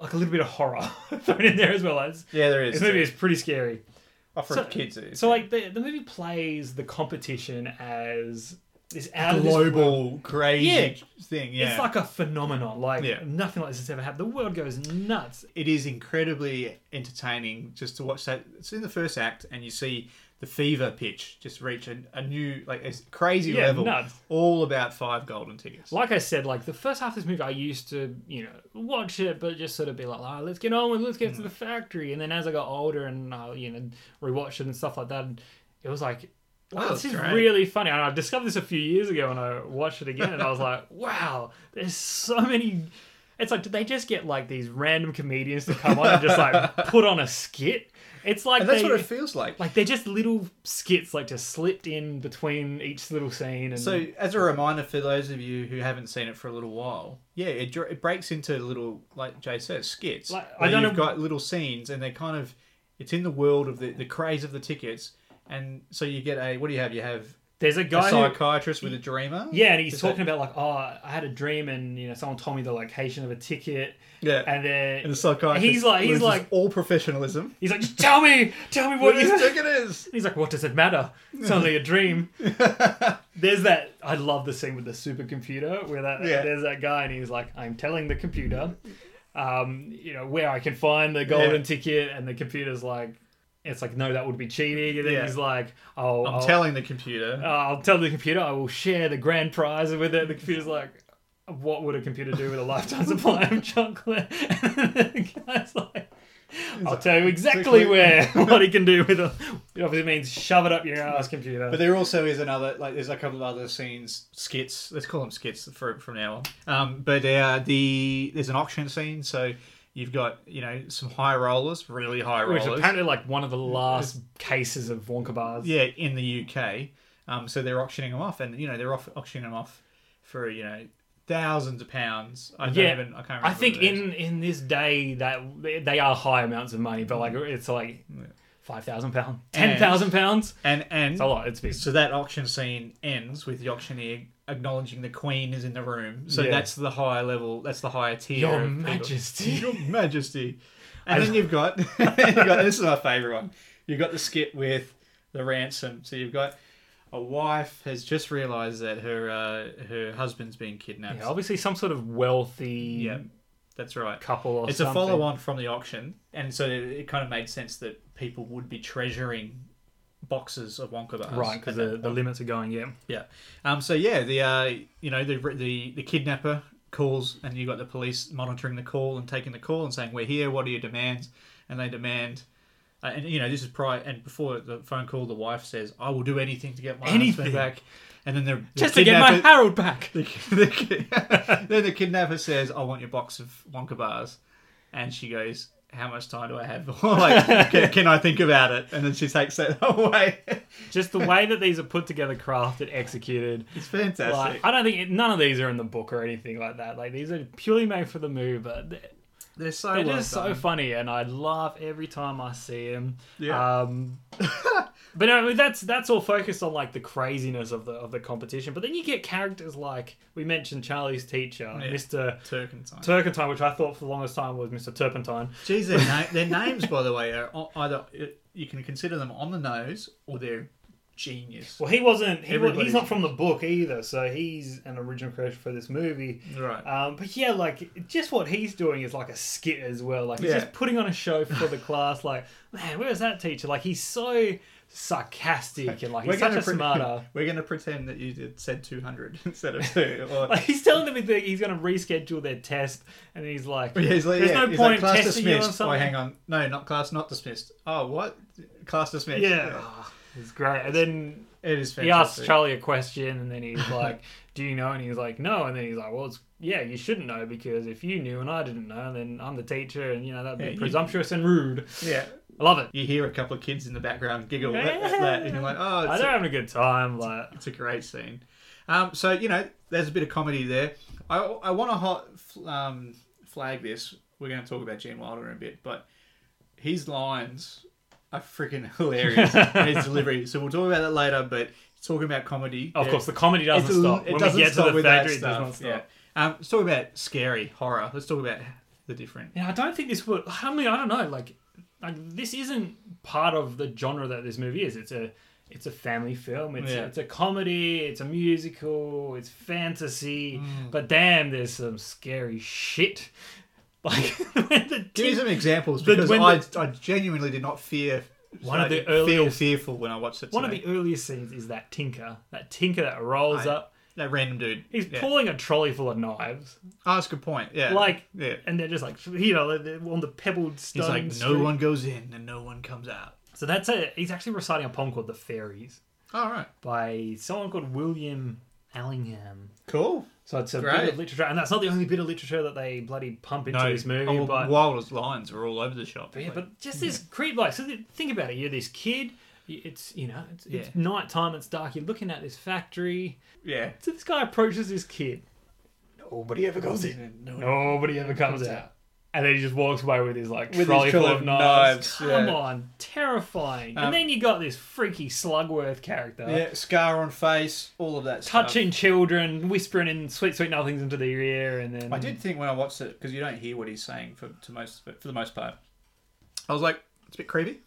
Speaker 1: like a little bit of horror *laughs* thrown in there as well as
Speaker 2: Yeah, there
Speaker 1: this
Speaker 2: is.
Speaker 1: movie is pretty scary.
Speaker 2: oh, for
Speaker 1: So-
Speaker 2: kids, it is.
Speaker 1: So like the the movie plays the competition as this out of this world-
Speaker 2: global crazy
Speaker 1: Yeah.
Speaker 2: thing. Yeah,
Speaker 1: It's like a phenomenon. Like
Speaker 2: Yeah.
Speaker 1: nothing like this has ever happened. The world goes nuts.
Speaker 2: it is incredibly entertaining just to watch that. It's in the first act, and you see the fever pitch just reach a, a new, like a crazy
Speaker 1: Yeah,
Speaker 2: level.
Speaker 1: nuts.
Speaker 2: All about five golden tickets.
Speaker 1: Like I said, like the first half of this movie, I used to you know watch it, but just sort of be like, ah, let's get on with, it, let's get to
Speaker 2: Mm.
Speaker 1: the factory. And then as I got older and uh, you know rewatched it and stuff like that, it was like. Wow,
Speaker 2: Oh,
Speaker 1: this is
Speaker 2: great.
Speaker 1: really funny. And I discovered this a few years ago when I watched it again, and I was like, *laughs* "Wow, there's so many." It's like, did they just get like these random comedians to come on and just like
Speaker 2: *laughs*
Speaker 1: put on a skit? It's like
Speaker 2: and that's
Speaker 1: they-
Speaker 2: what it feels like.
Speaker 1: Like they're just little skits, like just slipped in between each little scene. And
Speaker 2: So, as a reminder for those of you who haven't seen it for a little while, yeah, it, dr- it breaks into little, like Jay says, skits.
Speaker 1: Like, I
Speaker 2: where
Speaker 1: don't know-
Speaker 2: you've got little scenes, and they kind of, it's in the world of the, the craze of the tickets, and so you get a what do you have? You have
Speaker 1: there's a
Speaker 2: a
Speaker 1: guy, who,
Speaker 2: psychiatrist with a dreamer.
Speaker 1: yeah, and he's
Speaker 2: Is
Speaker 1: talking
Speaker 2: that-
Speaker 1: about like, oh, I had a dream, and you know, someone told me the location of a ticket,
Speaker 2: yeah,
Speaker 1: and then
Speaker 2: and the psychiatrist.
Speaker 1: he's like, he's
Speaker 2: loses
Speaker 1: like,
Speaker 2: all professionalism.
Speaker 1: he's like, just tell me, tell me what
Speaker 2: What
Speaker 1: you. And
Speaker 2: this ticket is?
Speaker 1: he's like, what does it matter? It's only a
Speaker 2: *laughs*
Speaker 1: dream. There's that. I love the scene with the supercomputer where that
Speaker 2: Yeah.
Speaker 1: there's that guy, and he's like, I'm telling the computer, um, you know, where I can find the golden
Speaker 2: Yeah.
Speaker 1: ticket, and the computer's like. It's like no, that would be cheating, and then
Speaker 2: Yeah.
Speaker 1: he's like, *laughs* "Oh,
Speaker 2: I'm
Speaker 1: I'll-
Speaker 2: telling the computer.
Speaker 1: Uh, I'll tell the computer I will share the grand prize with it. The computer's like, what would a computer do with a lifetime
Speaker 2: *laughs*
Speaker 1: supply of chocolate? *laughs* And the guy's like, I'll tell you exactly
Speaker 2: Exactly.
Speaker 1: where
Speaker 2: *laughs*
Speaker 1: what he can do with it. It obviously means shove it up your ass, computer.
Speaker 2: But there also is another, like, there's a couple of other scenes, skits. Let's call them skits for, from now on. Um, but uh, the there's an auction scene, so you've got you know some high rollers, really high
Speaker 1: Which
Speaker 2: rollers,
Speaker 1: apparently like one of the last cases of Wonka bars.
Speaker 2: yeah, in the UK. Um, so they're auctioning them off, and you know they're off auctioning them off for you know thousands of pounds. I don't
Speaker 1: Yeah.
Speaker 2: even, I can't. Remember
Speaker 1: I think
Speaker 2: what it is.
Speaker 1: in in this day that they are high amounts of money, but like it's like five thousand pounds, ten thousand pounds.
Speaker 2: and and
Speaker 1: It's a lot. It's big.
Speaker 2: So that auction scene ends with the auctioneer acknowledging the queen is in the room. So
Speaker 1: Yeah.
Speaker 2: that's the higher level. That's the higher tier.
Speaker 1: Your
Speaker 2: of people. *laughs*
Speaker 1: Majesty.
Speaker 2: Your Majesty. And then you've got, *laughs* you've got this is my favourite one. You've got the skit with the ransom. So you've got a wife has just realised that her uh, her husband's been kidnapped.
Speaker 1: Yeah, obviously some sort of wealthy
Speaker 2: Yeah, that's right.
Speaker 1: couple or
Speaker 2: It's a
Speaker 1: something.
Speaker 2: follow on from the auction, and so it, it kind of made sense that people would be treasuring boxes of Wonka bars,
Speaker 1: Right, because
Speaker 2: at that
Speaker 1: the, the limits are going, yeah.
Speaker 2: Yeah. Um. So yeah, the uh, you know, the the the kidnapper calls, and you got the police monitoring the call and taking the call and saying, "We're here. What are your demands?" And they demand, uh, and you know, this is prior and before the phone call, the wife says, "I will do anything to get my
Speaker 1: Anything.
Speaker 2: husband back." And then the, the
Speaker 1: Just to get my
Speaker 2: kidnapper-
Speaker 1: Harold
Speaker 2: *laughs*
Speaker 1: back.
Speaker 2: the, the, kid- *laughs* then the kidnapper says, "I want your box of Wonka bars," and she goes, "How much time do I have? *laughs* like, can, can I think about it?" And then she takes that *laughs* away.
Speaker 1: Just the way that these are put together, crafted, executed.
Speaker 2: it's fantastic.
Speaker 1: Like, I don't think it, none of these are in the book or anything like that. Like these are purely made for the movie, but they're,
Speaker 2: They're so
Speaker 1: they're
Speaker 2: well
Speaker 1: just so
Speaker 2: done.
Speaker 1: funny, and I laugh every time I see them.
Speaker 2: Yeah. *laughs*
Speaker 1: Um, but no, that's that's all focused on like the craziness of the of the competition. But then you get characters like we mentioned Charlie's teacher,
Speaker 2: Yeah.
Speaker 1: Mr.
Speaker 2: Turpentine.
Speaker 1: Turpentine, which I thought for the longest time was Mr. Turpentine.
Speaker 2: Jeez, their, na- their names, by the way, are o- either uh, you can consider them on the nose or they're genius.
Speaker 1: Well, he wasn't. He, wa- he's
Speaker 2: Everybody's-
Speaker 1: not from the book either, so he's an original creation for this movie.
Speaker 2: Right.
Speaker 1: Um, but yeah, like just what he's doing is like a skit as well. Like he's
Speaker 2: Yeah.
Speaker 1: just putting on a show for the class. Like, man, where's that teacher? Like he's so sarcastic and like he's such a
Speaker 2: pre-
Speaker 1: smarter. *laughs*
Speaker 2: *laughs* We're gonna pretend that you did said two hundred *laughs* instead of two. Or,
Speaker 1: *laughs* Like he's telling them that he's going to reschedule their test, and he's like,
Speaker 2: *laughs* Yeah, he's like,
Speaker 1: "There's
Speaker 2: yeah,
Speaker 1: no
Speaker 2: he's
Speaker 1: point in
Speaker 2: like, class
Speaker 1: testing you on
Speaker 2: dismissed. Oh,
Speaker 1: something."
Speaker 2: hang on, no, not class, not dismissed. Oh, what? Class dismissed.
Speaker 1: yeah, Oh, it's great. And then
Speaker 2: it is fantastic.
Speaker 1: he asks Charlie a question, and then he's like, *laughs* "Do you know?" And he's like, "No." And then he's like, "Well, it's, yeah, you shouldn't know because if you knew and I didn't know, then I'm the teacher, and you know that'd be
Speaker 2: Yeah, you-
Speaker 1: presumptuous and rude."
Speaker 2: Yeah,
Speaker 1: I love it.
Speaker 2: you hear a couple of kids in the background giggle at, at that, and you're like, oh, it's
Speaker 1: I
Speaker 2: a-
Speaker 1: they're having a good time. Like,
Speaker 2: It's a great scene. Um, so you know, there's a bit of comedy there. I, I want to hot um, flag this. We're going to talk about Gene Wilder in a bit, but his lines are freaking *laughs* hilarious. and his delivery. So we'll talk about that later. But talking about comedy,
Speaker 1: of
Speaker 2: yeah,
Speaker 1: course, the comedy doesn't
Speaker 2: it's a-
Speaker 1: stop.
Speaker 2: It
Speaker 1: when
Speaker 2: doesn't
Speaker 1: we get
Speaker 2: stop
Speaker 1: to the
Speaker 2: with that
Speaker 1: factory, it does
Speaker 2: stuff,
Speaker 1: not stop.
Speaker 2: yeah. Um, let's talk about scary horror. Let's talk about the different.
Speaker 1: Yeah, I don't think this would. I mean, I don't know. Like, like this isn't part of the genre that this movie is. It's a, it's a family film. It's
Speaker 2: Yeah.
Speaker 1: it's a comedy. It's a musical. It's fantasy.
Speaker 2: Mm.
Speaker 1: But damn, there's some scary shit. *laughs* Like when the
Speaker 2: Give me
Speaker 1: tin-
Speaker 2: some examples
Speaker 1: The-
Speaker 2: because
Speaker 1: when
Speaker 2: I, I genuinely did not fear. uh,
Speaker 1: One of the
Speaker 2: feel
Speaker 1: earliest-
Speaker 2: fearful when I watched it.
Speaker 1: one of
Speaker 2: today.
Speaker 1: the earliest scenes is that tinker, that tinker that rolls
Speaker 2: I-
Speaker 1: up.
Speaker 2: that random dude.
Speaker 1: He's
Speaker 2: yeah.
Speaker 1: pulling a trolley full of knives,
Speaker 2: Oh, that's a good point. Yeah,
Speaker 1: like,
Speaker 2: yeah.
Speaker 1: and they're just like, you know, they're on the pebbled stone.
Speaker 2: He's like, no
Speaker 1: street."
Speaker 2: one goes in and no one comes out.
Speaker 1: So that's it. He's actually reciting a poem called "The Fairies."
Speaker 2: All right,
Speaker 1: by someone called William Allingham.
Speaker 2: cool.
Speaker 1: So it's a bit
Speaker 2: Great.
Speaker 1: of literature, and that's not the only bit of literature that they bloody pump into this movie.
Speaker 2: oh,
Speaker 1: but,
Speaker 2: wildest lines are all over the shop.
Speaker 1: but yeah, but just this creep like. So th- think about it. You're this kid. y- It's you know it's, it's
Speaker 2: Yeah.
Speaker 1: nighttime. It's dark. You're looking at this factory.
Speaker 2: yeah,
Speaker 1: So this guy approaches this kid. Nobody ever goes in. Nobody ever comes out. And then he just walks away with his like
Speaker 2: his
Speaker 1: trolley full
Speaker 2: trolley
Speaker 1: of
Speaker 2: of
Speaker 1: knives.
Speaker 2: knives,
Speaker 1: Come
Speaker 2: yeah.
Speaker 1: on, terrifying.
Speaker 2: Um,
Speaker 1: and then you got this freaky Slugworth character.
Speaker 2: yeah. Scar on face, all of that. stuff.
Speaker 1: touching children, whispering in sweet, sweet nothings into their ear, and then
Speaker 2: I did think when I watched it because you don't hear what he's saying for to most but for the most part. I was like, it's a bit creepy.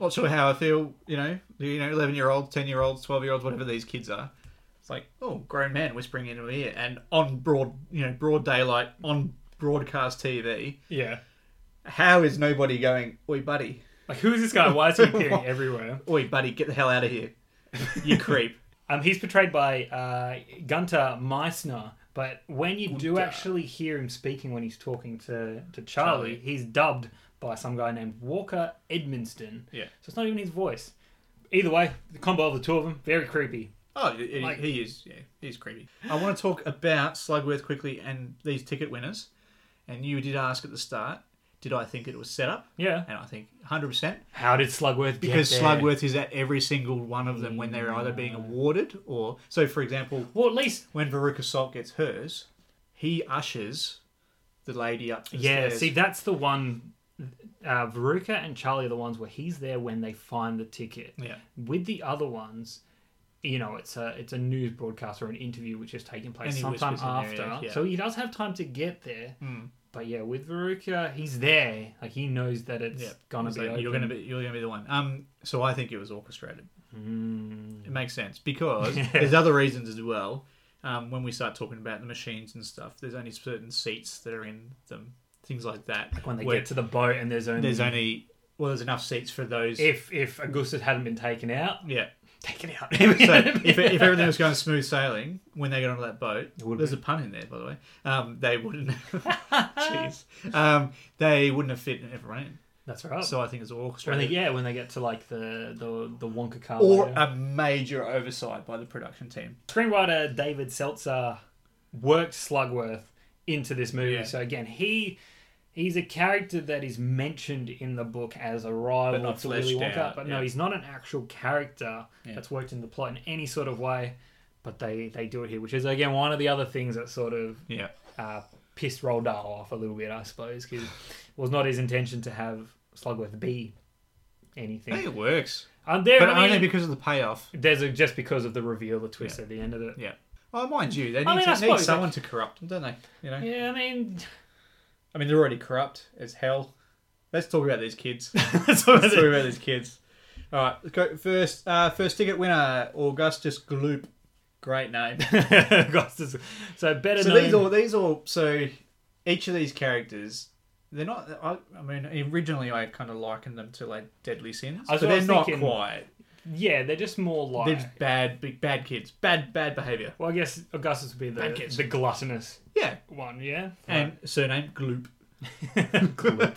Speaker 2: Not sure how I feel. You know, you know, eleven year olds, ten year olds, twelve year olds, whatever these kids are. It's like, oh, grown man whispering into my ear, and on broad, you know, broad daylight on broadcast TV.
Speaker 1: yeah.
Speaker 2: How is nobody going? Oi, buddy,
Speaker 1: Like, who is this guy?
Speaker 2: *laughs*
Speaker 1: Why is he appearing everywhere?
Speaker 2: oi, buddy, get the hell out of here, you creep.
Speaker 1: Um, he's portrayed by uh, Gunter Meissner, but when you do actually hear him speaking when he's talking to to Charlie,
Speaker 2: Charlie.
Speaker 1: he's dubbed by some guy named Walker Edmonston.
Speaker 2: Yeah.
Speaker 1: So it's not even his voice. Either way, the combo of the two of them very creepy.
Speaker 2: Oh, he,
Speaker 1: Like-
Speaker 2: he is. Yeah, he's creepy. I want to talk about Slugworth quickly and these ticket winners. And you did ask at the start, did I think it was set up?
Speaker 1: Yeah.
Speaker 2: And I think 100%.
Speaker 1: How did Slugworth get
Speaker 2: Because
Speaker 1: there?
Speaker 2: Slugworth is at every single one of them when they're either being awarded or. So, for example,
Speaker 1: Well, at least
Speaker 2: when Veruca Salt gets hers, he ushers the lady up the
Speaker 1: Yeah,
Speaker 2: stairs.
Speaker 1: see, that's the one. Uh, Veruca and Charlie are the ones where he's there when they find the ticket.
Speaker 2: Yeah.
Speaker 1: With the other ones, you know, it's a it's a news broadcast or an interview which is taking
Speaker 2: And
Speaker 1: place
Speaker 2: he
Speaker 1: sometime
Speaker 2: whispers in
Speaker 1: after.
Speaker 2: their ear, yeah. Hmm.
Speaker 1: So he does have time to get there. But yeah, with Veruca, he's there. Like he knows that it's
Speaker 2: Yep.
Speaker 1: gonna
Speaker 2: He's
Speaker 1: be.
Speaker 2: like,
Speaker 1: open.
Speaker 2: You're gonna be. You're gonna be the one. Um. So I think it was orchestrated.
Speaker 1: Mm.
Speaker 2: It makes sense because
Speaker 1: *laughs*
Speaker 2: there's other reasons as well. Um, when we start talking about the machines and stuff, there's only certain seats that are in them, things like that.
Speaker 1: when they
Speaker 2: where
Speaker 1: get to the boat and there's only
Speaker 2: there's only well, there's enough seats for those.
Speaker 1: if if Augustus hadn't been taken out,
Speaker 2: yeah.
Speaker 1: taken out.
Speaker 2: So
Speaker 1: *laughs*
Speaker 2: if, if everything was going smooth sailing when they got onto that boat,
Speaker 1: would
Speaker 2: there's a pun in there by the way. Um,
Speaker 1: *laughs*
Speaker 2: they wouldn't. *laughs* Jeez. Um, they wouldn't have fit everyone in.
Speaker 1: that's right.
Speaker 2: So I think it's
Speaker 1: when
Speaker 2: orchestrated.
Speaker 1: they, yeah, when they get to like the the, the Wonka car
Speaker 2: or
Speaker 1: later.
Speaker 2: a major oversight by the production team.
Speaker 1: screenwriter David Seltzer worked Slugworth into this movie.
Speaker 2: Yeah.
Speaker 1: So again, he he's a character that is mentioned in the book as a rival
Speaker 2: But not
Speaker 1: to Willy
Speaker 2: fleshed
Speaker 1: Wonka,
Speaker 2: out,
Speaker 1: but
Speaker 2: yeah.
Speaker 1: no, he's not an actual character
Speaker 2: Yeah.
Speaker 1: that's worked in the plot in any sort of way. But they they do it here, which is again one of the other things that sort of
Speaker 2: Yeah.
Speaker 1: uh, pissed Roald Dahl off a little bit, I suppose, because it was not his intention to have Slugworth be anything.
Speaker 2: I think it works.
Speaker 1: Um, there,
Speaker 2: But
Speaker 1: I mean,
Speaker 2: only because of the payoff.
Speaker 1: there's a, just because of the reveal, the twist at the end of it.
Speaker 2: Yeah. Well, mind you, they need,
Speaker 1: I mean, I
Speaker 2: to, need
Speaker 1: suppose,
Speaker 2: someone to corrupt them, don't they? You know?
Speaker 1: Yeah, I mean,
Speaker 2: I mean, they're already corrupt as hell. Let's talk about these kids. Let's
Speaker 1: that's what I
Speaker 2: talk
Speaker 1: said.
Speaker 2: about these kids. All right, let's go first. Uh, first ticket winner, Augustus Gloop.
Speaker 1: *laughs*
Speaker 2: Great name.
Speaker 1: Augustus. So better
Speaker 2: so
Speaker 1: known.
Speaker 2: these all, these all, so each of these characters, they're not. I, I mean, originally I kind of likened them to like Deadly Sins,
Speaker 1: That's what
Speaker 2: but
Speaker 1: I
Speaker 2: they're
Speaker 1: was
Speaker 2: not
Speaker 1: thinking.
Speaker 2: quite.
Speaker 1: yeah, they're just more like.
Speaker 2: They're just bad, big bad kids, bad bad behavior.
Speaker 1: well, I guess Augustus would be
Speaker 2: Bad
Speaker 1: the
Speaker 2: kids.
Speaker 1: the gluttonous
Speaker 2: Yeah,
Speaker 1: one, yeah. *laughs*
Speaker 2: and surname Gloop.
Speaker 1: Gloop.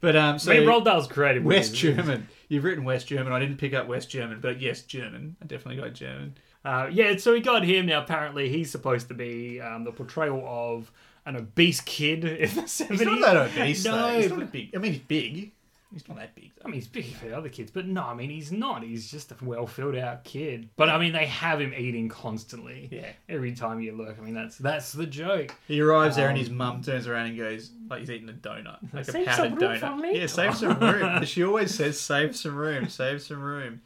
Speaker 2: But um,
Speaker 1: I
Speaker 2: so
Speaker 1: mean, Roald Dahl's creative. with *laughs*
Speaker 2: West
Speaker 1: his-
Speaker 2: German. You've written West German. I didn't pick up West German, but yes, German. I definitely got German.
Speaker 1: Uh, yeah, so we got him now. Apparently, he's supposed to be um, the portrayal of an obese kid *laughs* in the seventies.
Speaker 2: He's not that obese.
Speaker 1: No,
Speaker 2: though. he's
Speaker 1: but-
Speaker 2: not a big. I mean, he's big. He's not that big.
Speaker 1: I mean, he's big for the other kids, but no, I mean, he's not. He's just a well filled out kid. But I mean, they have him eating constantly.
Speaker 2: Yeah.
Speaker 1: Every time you look, I mean, that's that's the joke.
Speaker 2: He arrives there, and his mum turns around and goes, "Like he's eating a donut, like
Speaker 1: Save
Speaker 2: a
Speaker 1: some
Speaker 2: powdered
Speaker 1: room for
Speaker 2: donut."
Speaker 1: me.
Speaker 2: Yeah, save *laughs* some room. she always says, "Save some room, save some room."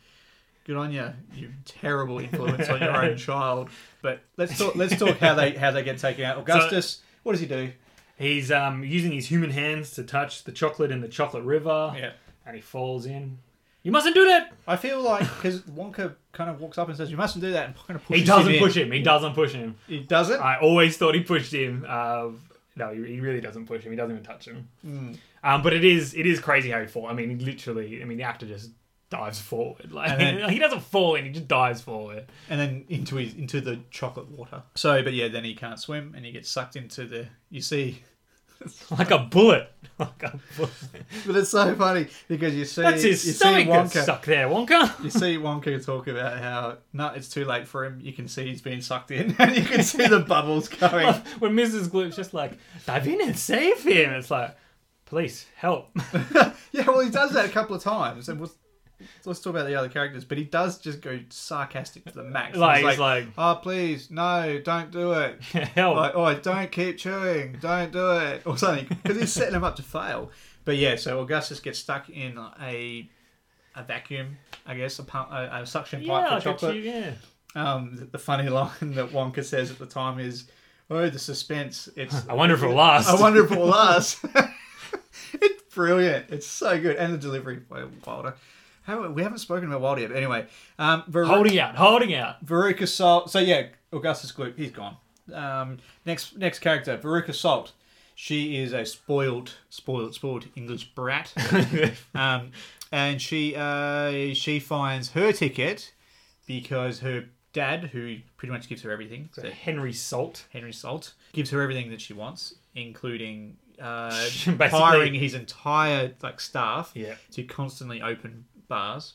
Speaker 2: Good on you, you terrible influence on your *laughs* *laughs* own child. But let's talk. Let's talk how they how they get taken out. Augustus, what does he do?
Speaker 1: He's um, using his human hands to touch the chocolate in the chocolate river.
Speaker 2: Yeah.
Speaker 1: And he falls in. You mustn't do that!
Speaker 2: I feel like because Wonka kind of walks up and says, "You mustn't do that." And *laughs* kind of pushes
Speaker 1: He doesn't
Speaker 2: him
Speaker 1: push
Speaker 2: in.
Speaker 1: him. He doesn't push him.
Speaker 2: He doesn't.
Speaker 1: I always thought he pushed him. Uh, no, he he really doesn't push him. He doesn't even touch him.
Speaker 2: Hmm.
Speaker 1: Um, but it is it is crazy how he falls. I mean, literally. I mean, the actor just dives forward. Like *laughs*
Speaker 2: then-
Speaker 1: he doesn't fall in. He just dives forward.
Speaker 2: and then into his into the chocolate water. So, but yeah, then he can't swim and he gets sucked into the. You see,
Speaker 1: like a bullet. *laughs* Like a bullet.
Speaker 2: but it's so funny because you see,
Speaker 1: That's his
Speaker 2: you see
Speaker 1: stomach that's
Speaker 2: Wonka,
Speaker 1: stuck there, Wonka.
Speaker 2: *laughs* you see Wonka talk about how no, it's too late for him. You can see he's being sucked in, *laughs* and you can see the bubbles *laughs* going.
Speaker 1: when Mrs. Gloop's just like, dive in and save him. It's like, police, help.
Speaker 2: yeah, well, he does that a couple of times, and we'll, let's talk about the other characters. But he does just go sarcastic to the max.
Speaker 1: Like,
Speaker 2: he's
Speaker 1: he's like-
Speaker 2: "Oh, please, no, don't do it." *laughs*
Speaker 1: help.
Speaker 2: like, oh, don't keep chewing, don't do it, or something, because he's setting him up to fail. But yeah, so Augustus gets stuck in a a vacuum, I guess, a, pump, a, a suction pipe
Speaker 1: yeah,
Speaker 2: for chocolate.
Speaker 1: chocolate. yeah.
Speaker 2: Um, the, the funny line that Wonka says at the time is, "Oh, the suspense! It's
Speaker 1: I wonder if it'll last.
Speaker 2: a wonderful us." *laughs* it's brilliant. It's so good, and the delivery by Wilder. How, we haven't spoken about Wilder yet, but anyway. Um, Ver-
Speaker 1: holding out, holding
Speaker 2: *laughs*
Speaker 1: out.
Speaker 2: Veruca Salt. So yeah, Augustus Gloop, he's gone. Um, next next character, Veruca Salt. She is a spoiled, spoiled, spoiled English brat, um, and she uh, she finds her ticket because her dad, who pretty much gives her everything, so
Speaker 1: Henry Salt.
Speaker 2: Henry Salt, gives her everything that she wants, including
Speaker 1: *laughs*
Speaker 2: uh,
Speaker 1: Basically-
Speaker 2: hiring his entire like staff
Speaker 1: Yeah.
Speaker 2: to constantly open bars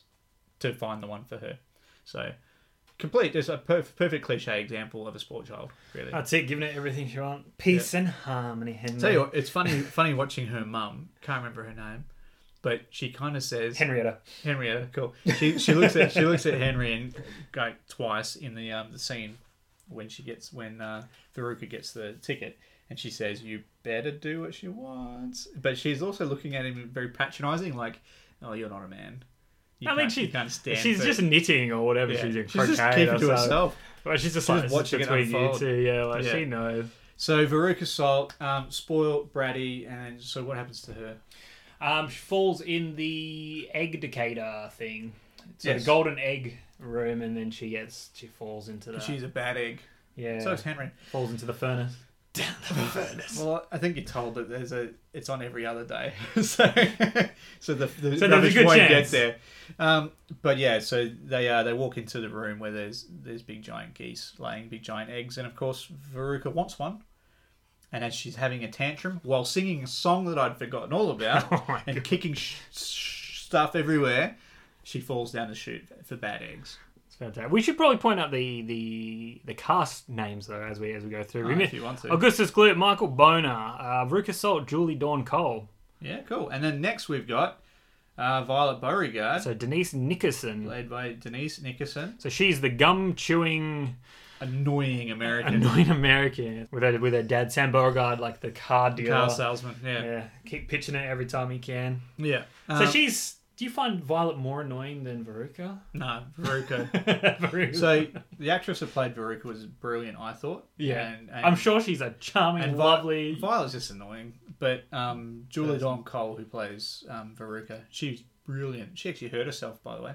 Speaker 2: to find the one for her. So complete. There's a perf- perfect cliche example of a sport child. Really.
Speaker 1: That's it, giving it everything she wants. Peace and harmony, Henry.
Speaker 2: Tell you what, it's funny. funny watching her mum. Can't remember her name. But she kind of
Speaker 1: *laughs*
Speaker 2: says
Speaker 1: Henrietta.
Speaker 2: Henrietta. Cool. She, she looks at she looks at Henry and like twice in the um, the scene when she gets when uh, Veruca gets the ticket and she says you better do what she wants. But she's also looking at him very patronising, like, "Oh, you're not a man. You
Speaker 1: I mean,
Speaker 2: can't-
Speaker 1: she,
Speaker 2: you can't stand
Speaker 1: she's
Speaker 2: for-
Speaker 1: just knitting or whatever
Speaker 2: *laughs* Yeah.
Speaker 1: she's doing.
Speaker 2: She's just
Speaker 1: crochet
Speaker 2: keeping
Speaker 1: or
Speaker 2: to
Speaker 1: something.
Speaker 2: herself.
Speaker 1: But she's just
Speaker 2: She's
Speaker 1: like,
Speaker 2: just
Speaker 1: this is
Speaker 2: watching it
Speaker 1: between you
Speaker 2: unfold.
Speaker 1: two. Yeah, like
Speaker 2: Yeah.
Speaker 1: she knows.
Speaker 2: So Veruca Salt, um, spoiled bratty, and so what happens to her?
Speaker 1: Um, she falls in the egg decatur thing. So
Speaker 2: Yes.
Speaker 1: the golden egg room, and then she gets she falls into the
Speaker 2: She's a bad egg.
Speaker 1: Uh, yeah
Speaker 2: So is Henry.
Speaker 1: falls into the furnace. Down the furnace.
Speaker 2: Well, I think you're told that there's a it's on every other day, *laughs* so *laughs* so the, the
Speaker 1: there's a
Speaker 2: rubbish
Speaker 1: good
Speaker 2: won't
Speaker 1: chance.
Speaker 2: get there. Um, but yeah, so they uh, they walk into the room where there's there's big giant geese laying big giant eggs, and of course Veruca wants one. And as she's having a tantrum while singing a song that I'd forgotten all about *laughs*
Speaker 1: my
Speaker 2: and kicking sh- sh- stuff everywhere, she falls down the chute for bad eggs.
Speaker 1: It's fantastic. We should probably point out the the the cast names though as we as we go through. we
Speaker 2: Oh, if
Speaker 1: met
Speaker 2: you want to.
Speaker 1: Augustus Gloop, Michael Boner, uh, Ruka Salt, Julie Dawn Cole.
Speaker 2: Yeah, cool. And then next we've got uh, Violet Beauregard,
Speaker 1: So Denise Nickerson.
Speaker 2: played by Denise Nickerson.
Speaker 1: So she's the gum chewing
Speaker 2: annoying
Speaker 1: *laughs*
Speaker 2: American
Speaker 1: annoying American with her with her dad Sam Beauregard like the car dealer.
Speaker 2: car salesman. Yeah, yeah.
Speaker 1: Yeah, keep pitching it every time he can. so
Speaker 2: Um,
Speaker 1: she's. Do you find Violet more annoying than
Speaker 2: *laughs*
Speaker 1: Veruca?
Speaker 2: no
Speaker 1: *laughs*
Speaker 2: Veruca.
Speaker 1: Veruca.
Speaker 2: so the actress who played Veruca was brilliant, I thought.
Speaker 1: yeah,
Speaker 2: and, and,
Speaker 1: I'm sure she's a charming,
Speaker 2: And Vi-
Speaker 1: lovely.
Speaker 2: Violet's just annoying, but um, Julia Dawn Cole, who plays um, Veruca, she's brilliant. She actually hurt herself, by the way.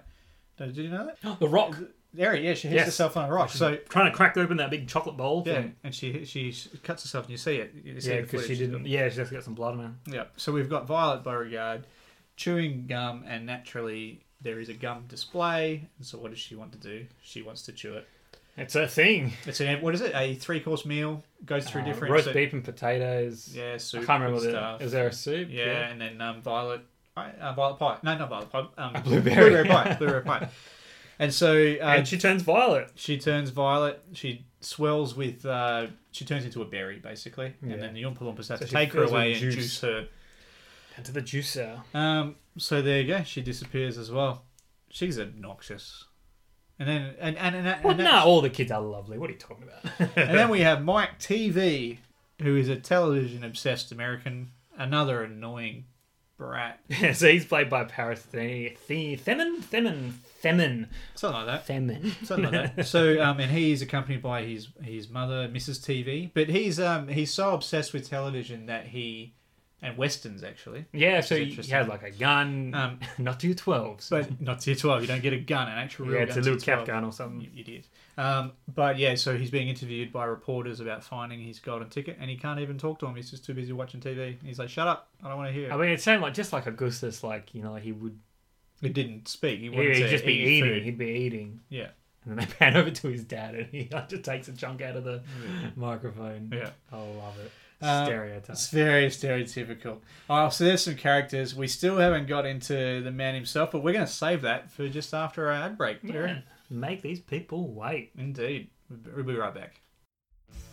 Speaker 2: Did did you know
Speaker 1: *gasps*
Speaker 2: that?
Speaker 1: the Rock
Speaker 2: There, yeah, she hits
Speaker 1: Yes.
Speaker 2: herself on a rock. So
Speaker 1: trying to crack open that big chocolate bowl.
Speaker 2: yeah,
Speaker 1: thing.
Speaker 2: and she she cuts herself, and you see it. You see
Speaker 1: yeah,
Speaker 2: the
Speaker 1: because she
Speaker 2: footage.
Speaker 1: didn't. Yeah, she just got some blood, man.
Speaker 2: Yeah. So we've got Violet Beauregard chewing gum, and naturally there is a gum display. And so what does she want to do? She wants to chew it.
Speaker 1: It's a thing.
Speaker 2: It's an what is it? A three course meal goes through
Speaker 1: Uh,
Speaker 2: different
Speaker 1: roast
Speaker 2: so-
Speaker 1: beef and potatoes.
Speaker 2: Yeah, soup.
Speaker 1: I can't remember
Speaker 2: and
Speaker 1: the.
Speaker 2: stuff.
Speaker 1: Is there a soup?
Speaker 2: yeah, and then um, Violet. pie- Uh, violet pie. No, not violet pie.
Speaker 1: *laughs*
Speaker 2: Um,
Speaker 1: blueberry.
Speaker 2: pie. Blueberry pie. And so uh,
Speaker 1: and she turns violet.
Speaker 2: she turns violet. She swells with. Uh, she turns into a berry, basically.
Speaker 1: Yeah.
Speaker 2: And then the Oompa Loompas have to
Speaker 1: she
Speaker 2: take her
Speaker 1: fills with
Speaker 2: away and
Speaker 1: juice.
Speaker 2: juice her.
Speaker 1: Into the juicer.
Speaker 2: Um, so there you go. She disappears as well. She's obnoxious. And then and and and, and,
Speaker 1: Well,
Speaker 2: then-
Speaker 1: no, all the kids are lovely. What are you talking
Speaker 2: *laughs*
Speaker 1: about? *laughs*
Speaker 2: and then we have Mike TV, who is a television obsessed American, another annoying Brat.
Speaker 1: so he's played by Paris The- The- Themin? Themin. Themin.
Speaker 2: Something like that.
Speaker 1: Themin.
Speaker 2: Something like that. So, um, and he's accompanied by his his mother, Mrs. TV. But he's um he's so obsessed with television that he and westerns actually.
Speaker 1: Yeah, so
Speaker 2: is
Speaker 1: he
Speaker 2: interesting.
Speaker 1: had like a gun,
Speaker 2: Um,
Speaker 1: *laughs* not two 12s.
Speaker 2: But not tier twelve. You don't get a gun, an actual
Speaker 1: yeah,
Speaker 2: real
Speaker 1: it's
Speaker 2: gun.
Speaker 1: a little
Speaker 2: tier
Speaker 1: cap
Speaker 2: 12.
Speaker 1: gun or something.
Speaker 2: You idiot. Um, but yeah, so he's being interviewed by reporters about finding his golden ticket, and he can't even talk to him. He's just too busy watching TV. He's like, "Shut up! I don't want to hear." it."
Speaker 1: I mean, it sounded like just like Augustus, like you know, like he would
Speaker 2: he didn't speak. He
Speaker 1: he,
Speaker 2: wanted
Speaker 1: would
Speaker 2: to
Speaker 1: just be
Speaker 2: eat
Speaker 1: eating.
Speaker 2: food.
Speaker 1: He'd be eating,
Speaker 2: Yeah,
Speaker 1: and then they *laughs* pan over to his dad, and he *laughs* like, just takes a chunk out of the microphone.
Speaker 2: yeah.
Speaker 1: I love it.
Speaker 2: Um,
Speaker 1: Stereotype.
Speaker 2: It's very stereotypical. Oh, so there's some characters we still haven't got into the man himself, but we're going to save that for just after our ad break.
Speaker 1: Yeah. Make these people wait.
Speaker 2: Indeed, we'll be right back.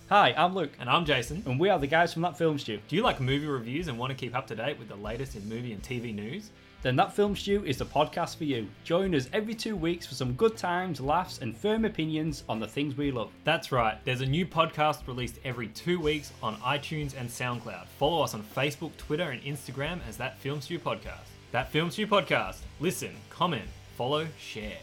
Speaker 5: Hi, I'm Luke,
Speaker 1: And I'm Jason.
Speaker 5: and we are the guys from That Film Stew.
Speaker 1: Do you like movie reviews and want to keep up to date with the latest in movie and TV news?
Speaker 5: Then That Film Stew is the podcast for you. Join us every two weeks for some good times, laughs, and firm opinions on the things we love.
Speaker 6: That's right. There's a new podcast released every two weeks on iTunes and SoundCloud. Follow us on Facebook, Twitter, and Instagram as That Film Stew Podcast. That Film Stew Podcast. Listen, comment, follow, share.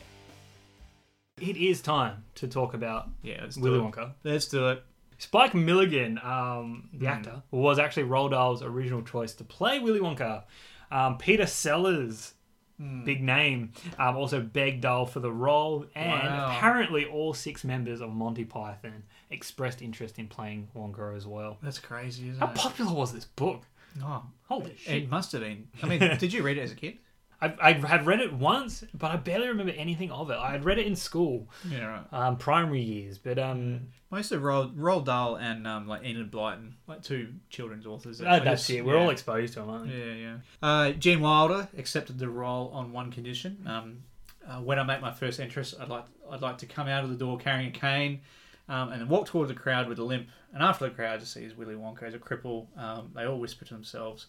Speaker 1: It is time to talk about
Speaker 2: Yeah, let's do
Speaker 1: Willy
Speaker 2: it.
Speaker 1: Wonka.
Speaker 2: Let's do it.
Speaker 1: Spike Milligan, um,
Speaker 2: Hmm.
Speaker 1: the actor, was actually Roald Dahl's original choice to play Willy Wonka. Um, Peter Sellers,
Speaker 2: Hmm.
Speaker 1: big name, um, also begged Dahl for the role, and
Speaker 2: Wow.
Speaker 1: apparently all six members of Monty Python expressed interest in playing Wonka as well.
Speaker 2: That's crazy, isn't
Speaker 1: How
Speaker 2: it?
Speaker 1: popular was this book?
Speaker 2: Oh,
Speaker 1: Holy shit!
Speaker 2: it must have been. I mean, did you read it as
Speaker 1: *laughs*
Speaker 2: a kid?
Speaker 1: I, I had read it once, but I barely remember anything of it. I had read it in school,
Speaker 2: Yeah, right.
Speaker 1: um, primary years, but um,
Speaker 2: Most of Roald, Roald Dahl and um, like Enid Blyton, like two children's authors.
Speaker 1: uh, that's it. We're
Speaker 2: yeah.
Speaker 1: all exposed to them, aren't we?
Speaker 2: Yeah, yeah. Uh, Gene Wilder accepted the role on one condition. Um, uh, when I make my first entrance, I'd like I'd like to come out of the door carrying a cane, um, and then walk toward the crowd with a limp. And after the crowd, just sees Willy Wonka as a cripple. Um, they all whisper to themselves,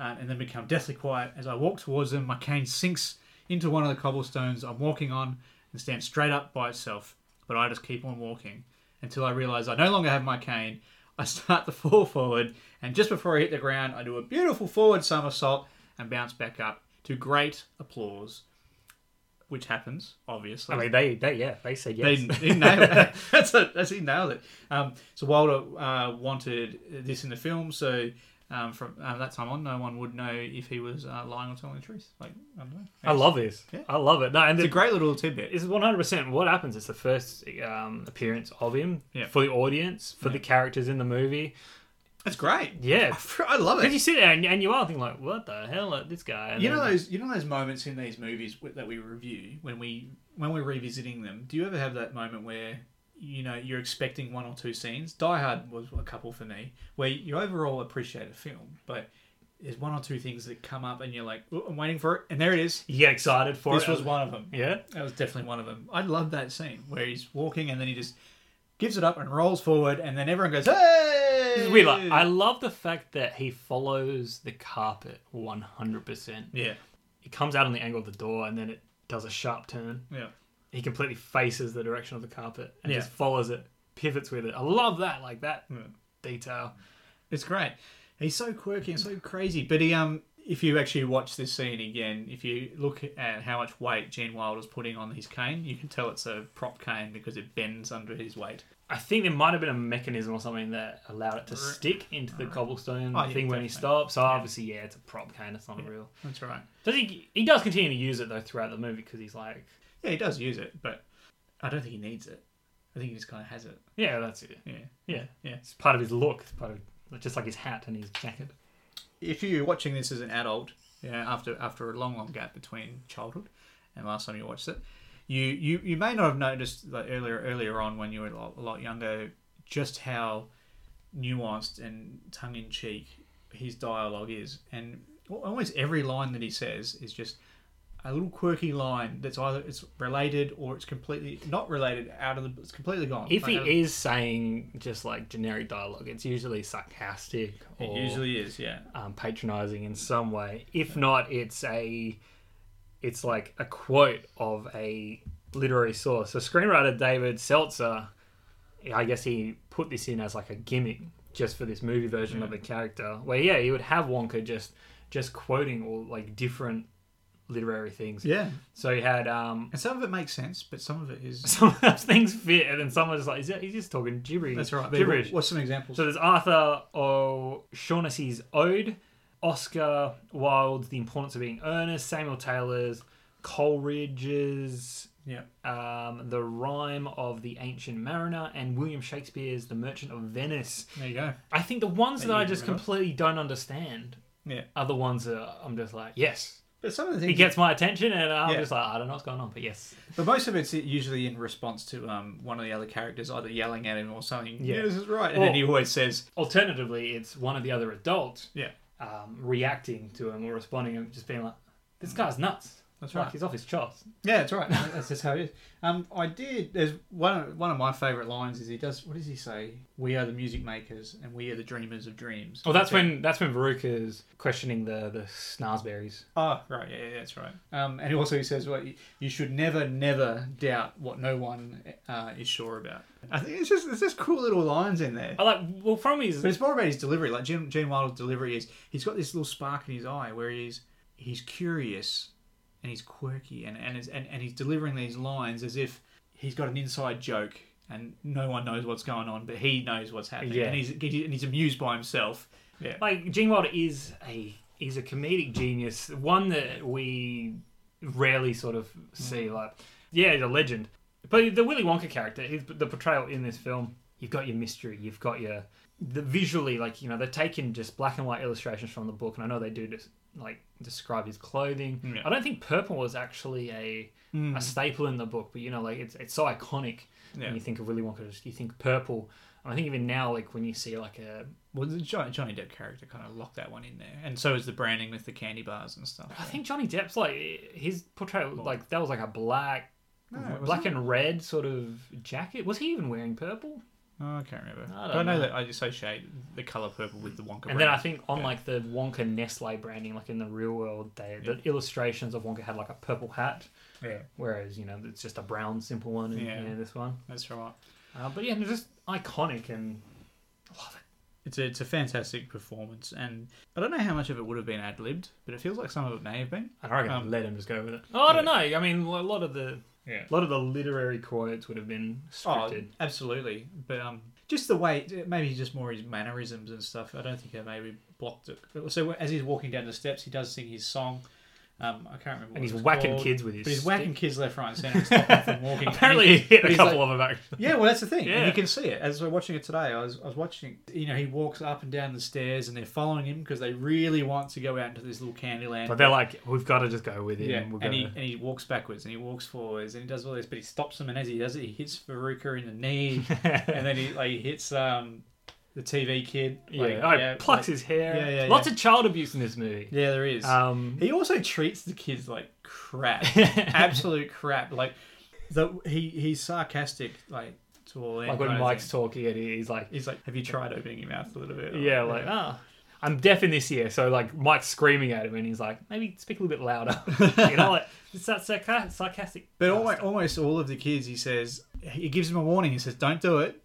Speaker 2: uh, and then become deathly quiet. As I walk towards them, my cane sinks into one of the cobblestones I'm walking on and stands straight up by itself. But I just keep on walking until I realize I no longer have my cane. I start to fall forward, and just before I hit the ground, I do a beautiful forward somersault and bounce back up to great applause, which happens, obviously.
Speaker 1: I mean, they, they, yeah, they said
Speaker 2: They
Speaker 1: yes.
Speaker 2: didn't, *laughs* he
Speaker 1: *laughs*
Speaker 2: nailed it. That's a, that's he nailed it. Um, so Wilder uh, wanted this in the film, so um, from uh, that time on, no one would know if he was uh, lying or telling the truth. Like I don't know.
Speaker 1: I love this.
Speaker 2: Yeah.
Speaker 1: I love it. No, and
Speaker 2: It's
Speaker 1: the,
Speaker 2: a great little tidbit.
Speaker 1: is 100% what happens it's the first um, appearance of him
Speaker 2: Yeah.
Speaker 1: for the audience for the characters in the movie
Speaker 2: It's great.
Speaker 1: yeah
Speaker 2: *laughs* I love
Speaker 1: because you
Speaker 2: it.
Speaker 1: sit there and, and you are thinking like what the hell like, this guy and
Speaker 2: You know
Speaker 1: then-
Speaker 2: those you know those moments in these movies wi- that we review when we when we're revisiting them. Do you ever have that moment where you know you're expecting one or two scenes? Die Hard was a couple for me, where you overall appreciate a film, but there's one or two things that come up and you're like, "Ooh, I'm waiting for it, and there it is.
Speaker 1: you get excited for
Speaker 2: This
Speaker 1: it
Speaker 2: was one of them.
Speaker 1: yeah
Speaker 2: That was definitely one of them. I love that scene where he's walking and then he just gives it up and rolls forward, and then everyone goes, "Hey!"
Speaker 1: we like, I love the fact that he follows the carpet 100%.
Speaker 2: yeah,
Speaker 1: He comes out on the angle of the door and then it does a sharp turn.
Speaker 2: yeah.
Speaker 1: He completely faces the direction of the carpet and
Speaker 2: Yeah.
Speaker 1: just follows it, pivots with it. I love that, like that detail.
Speaker 2: It's great. He's so quirky and so crazy. But he um if you actually watch this scene again, if you look at how much weight Gene Wilder's putting on his cane, you can tell it's a prop cane because it bends under his weight.
Speaker 1: I think there might have been a mechanism or something that allowed it to stick into the cobblestone
Speaker 2: Oh, yeah,
Speaker 1: thing when he
Speaker 2: definitely.
Speaker 1: stopped. So obviously, yeah, it's a prop cane. It's not a real.
Speaker 2: That's right.
Speaker 1: Does he? He does continue to use it though throughout the movie because he's like,
Speaker 2: Yeah, he does use it, but I don't think he needs it. I think he just kind of has it.
Speaker 1: yeah, that's it.
Speaker 2: Yeah.
Speaker 1: Yeah,
Speaker 2: Yeah.
Speaker 1: It's part of his look. It's part of just like his hat and his jacket.
Speaker 2: If you're watching this as an adult, yeah, after after a long, long gap between childhood and last time you watched it, you you, you may not have noticed like earlier earlier on when you were a lot, a lot younger just how nuanced and tongue in cheek his dialogue is, and al- almost every line that he says is just a little quirky line that's either it's related or it's completely not related out of the it's completely gone.
Speaker 1: If
Speaker 2: Like,
Speaker 1: he
Speaker 2: out of-
Speaker 1: is saying just like generic dialogue, it's usually sarcastic
Speaker 2: it
Speaker 1: or
Speaker 2: usually is, yeah.
Speaker 1: um, patronizing in some way. If not, it's a it's like a quote of a literary source. So screenwriter David Seltzer, I guess he put this in as like a gimmick just for this movie version of the character. Where yeah, he would have Wonka just just quoting all like different literary things.
Speaker 2: Yeah.
Speaker 1: So he had um, *laughs*
Speaker 2: And some of it makes sense, but some of it is.
Speaker 1: some of those things fit, and then someone's just like, is that, he's just talking gibberish.
Speaker 2: That's right.
Speaker 1: Gibberish.
Speaker 2: What's some examples?
Speaker 1: So there's Arthur O'Shaughnessy's Ode, Oscar Wilde's The Importance of Being Earnest, Samuel Taylor's Coleridge's
Speaker 2: yeah.
Speaker 1: um, The Rhyme of the Ancient Mariner, and William Shakespeare's The Merchant of Venice.
Speaker 2: There you go.
Speaker 1: I think the ones that,
Speaker 2: you
Speaker 1: I just
Speaker 2: remember.
Speaker 1: completely don't understand
Speaker 2: Yeah.
Speaker 1: are the ones that I'm just like, yes.
Speaker 2: But some of the
Speaker 1: It
Speaker 2: things.
Speaker 1: gets my attention, and I'm
Speaker 2: Mm-hmm. Yeah.
Speaker 1: just like, I don't know what's going on, but yes.
Speaker 2: but most of it's usually in response to um, one of the other characters either yelling at him or something.
Speaker 1: Yeah.
Speaker 2: Yeah, this is right. And then
Speaker 1: Or-
Speaker 2: he always says,
Speaker 1: Alternatively, it's one of the other adults
Speaker 2: yeah.
Speaker 1: um, reacting to him or responding and just being like, "This guy's nuts."
Speaker 2: That's
Speaker 1: like
Speaker 2: right.
Speaker 1: he's off his charts.
Speaker 2: Yeah, that's right. *laughs* That's just how it is. Um, I did. There's one. Of, one of my favourite lines is he does. What does he say? We are the music makers, and we are the dreamers of dreams.
Speaker 1: Well, that's when that's when Veruca's questioning the the Snarsberries.
Speaker 2: Oh, right. Yeah, yeah, that's right. Um, and he also he says, well, you- you should never, never doubt what no one uh, is sure about. I think it's just there's just cool little lines in there.
Speaker 1: I like well from his
Speaker 2: But it's more about his delivery. Like Gene, Gene Wilder's delivery is he's got this little spark in his eye where he's he's curious and he's quirky and and, is, and and he's delivering these lines as if he's got an inside joke and no one knows what's going on, but he knows what's happening
Speaker 1: Yeah.
Speaker 2: and he's and he's amused by himself. Yeah.
Speaker 1: like Gene Wilder is a he's a comedic genius, one that we rarely sort of see.
Speaker 2: Mm.
Speaker 1: Like yeah, he's a legend. But the Willy Wonka character, his, the portrayal in this film, you've got your mystery, you've got your the visually like you know they're taking just black and white illustrations from the book, and I know they do just like describe his clothing.
Speaker 2: Yeah. Mm.
Speaker 1: I don't think purple was actually a a staple in the book, but you know like it's it's so iconic.
Speaker 2: Yeah.
Speaker 1: When you think of Willy Wonka, just- you think purple. And I think even now, like when you see like a
Speaker 2: Well, the Johnny, Johnny Depp character kind of locked that one in there, and so is the branding with the candy bars and stuff.
Speaker 1: I think Johnny Depp's like his portrayal, like that was like a black,
Speaker 2: it
Speaker 1: black and red sort of jacket. Was he even wearing purple?
Speaker 2: Oh, I can't remember.
Speaker 1: I
Speaker 2: But I
Speaker 1: don't
Speaker 2: know,
Speaker 1: know.
Speaker 2: that I associate the color purple with the Wonka.
Speaker 1: And then I
Speaker 2: brand.
Speaker 1: think on like the Wonka Nestle branding, like in the real world, they the illustrations of Wonka had like a purple hat,
Speaker 2: yeah,
Speaker 1: whereas you know it's just a brown simple one. And,
Speaker 2: Yeah.
Speaker 1: yeah. this one.
Speaker 2: that's right.
Speaker 1: Uh, but yeah, it's just iconic and
Speaker 2: It's a, it's a fantastic performance, and I don't know how much of it would have been ad libbed, but it feels like some of it may have been.
Speaker 1: I reckon
Speaker 2: Um,
Speaker 1: let him just go with it. Oh, I don't know. I mean, a lot of the
Speaker 2: Yeah.
Speaker 1: a lot of the literary quotes would have been *laughs* scripted.
Speaker 2: Oh, absolutely. But um, just the way, maybe just more his mannerisms and stuff. I don't think I maybe blocked it. But So as he's walking down the steps, he does sing his song. Um, I can't remember. what
Speaker 1: he's
Speaker 2: it's
Speaker 1: whacking
Speaker 2: called.
Speaker 1: kids with his
Speaker 2: But he's
Speaker 1: stick.
Speaker 2: whacking kids left, right, and centre, and stopping them
Speaker 1: *laughs*
Speaker 2: from walking.
Speaker 1: Apparently, he
Speaker 2: And
Speaker 1: hit
Speaker 2: but
Speaker 1: a
Speaker 2: he's
Speaker 1: couple
Speaker 2: like-
Speaker 1: of them actually.
Speaker 2: Yeah, well, that's the thing. And
Speaker 1: Yeah.
Speaker 2: you can see it as we're watching it today. I was, I was watching. You know, he walks up and down the stairs, and they're following him because they really want to go out into this little candy land.
Speaker 1: But they're like, we've got to just go with it.
Speaker 2: Yeah,
Speaker 1: and, we're
Speaker 2: and he
Speaker 1: gonna-
Speaker 2: and he walks backwards and he walks forwards and he does all this, but he stops him and as he does it, he hits Veruca in
Speaker 1: *laughs*
Speaker 2: the knee, and then he like he hits um the TV kid.
Speaker 1: Yeah,
Speaker 2: like,
Speaker 1: oh, plucks
Speaker 2: like-
Speaker 1: his hair.
Speaker 2: Yeah, yeah,
Speaker 1: Lots
Speaker 2: yeah.
Speaker 1: of child abuse in this movie.
Speaker 2: Yeah, there is.
Speaker 1: Um,
Speaker 2: he also treats the kids like
Speaker 1: *laughs*
Speaker 2: crap, absolute crap. Like the he he's sarcastic like to all
Speaker 1: like
Speaker 2: end
Speaker 1: when
Speaker 2: kind of
Speaker 1: Mike's
Speaker 2: thing.
Speaker 1: talking, and he's like,
Speaker 2: He's like, have you tried opening your mouth a little bit?
Speaker 1: yeah, like, ah, I'm deaf in this year. So like, Mike's screaming at him, and he's like, maybe speak a little bit
Speaker 2: *laughs*
Speaker 1: louder. you know, like it's that sarca- sarcastic.
Speaker 2: But almost, almost all of the kids, he says, he gives them a warning. He says, "Don't do it."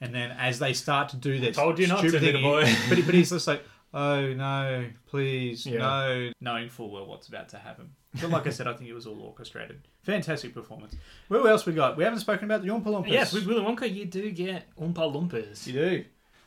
Speaker 2: And then as they start to do this,
Speaker 1: Told you not to,
Speaker 2: stupid thing,
Speaker 1: little boy.
Speaker 2: he- but, he-
Speaker 1: *laughs*
Speaker 2: but he's just like, "Oh no, please,
Speaker 1: Yeah.
Speaker 2: no," knowing full well what's about to *laughs* happen. But like I said, I think it was all orchestrated. Fantastic performance. Who else we got? We haven't spoken about the Oompa Loompas.
Speaker 1: Yes, with Willy Wonka, you do get Oompa Loompas.
Speaker 2: you do.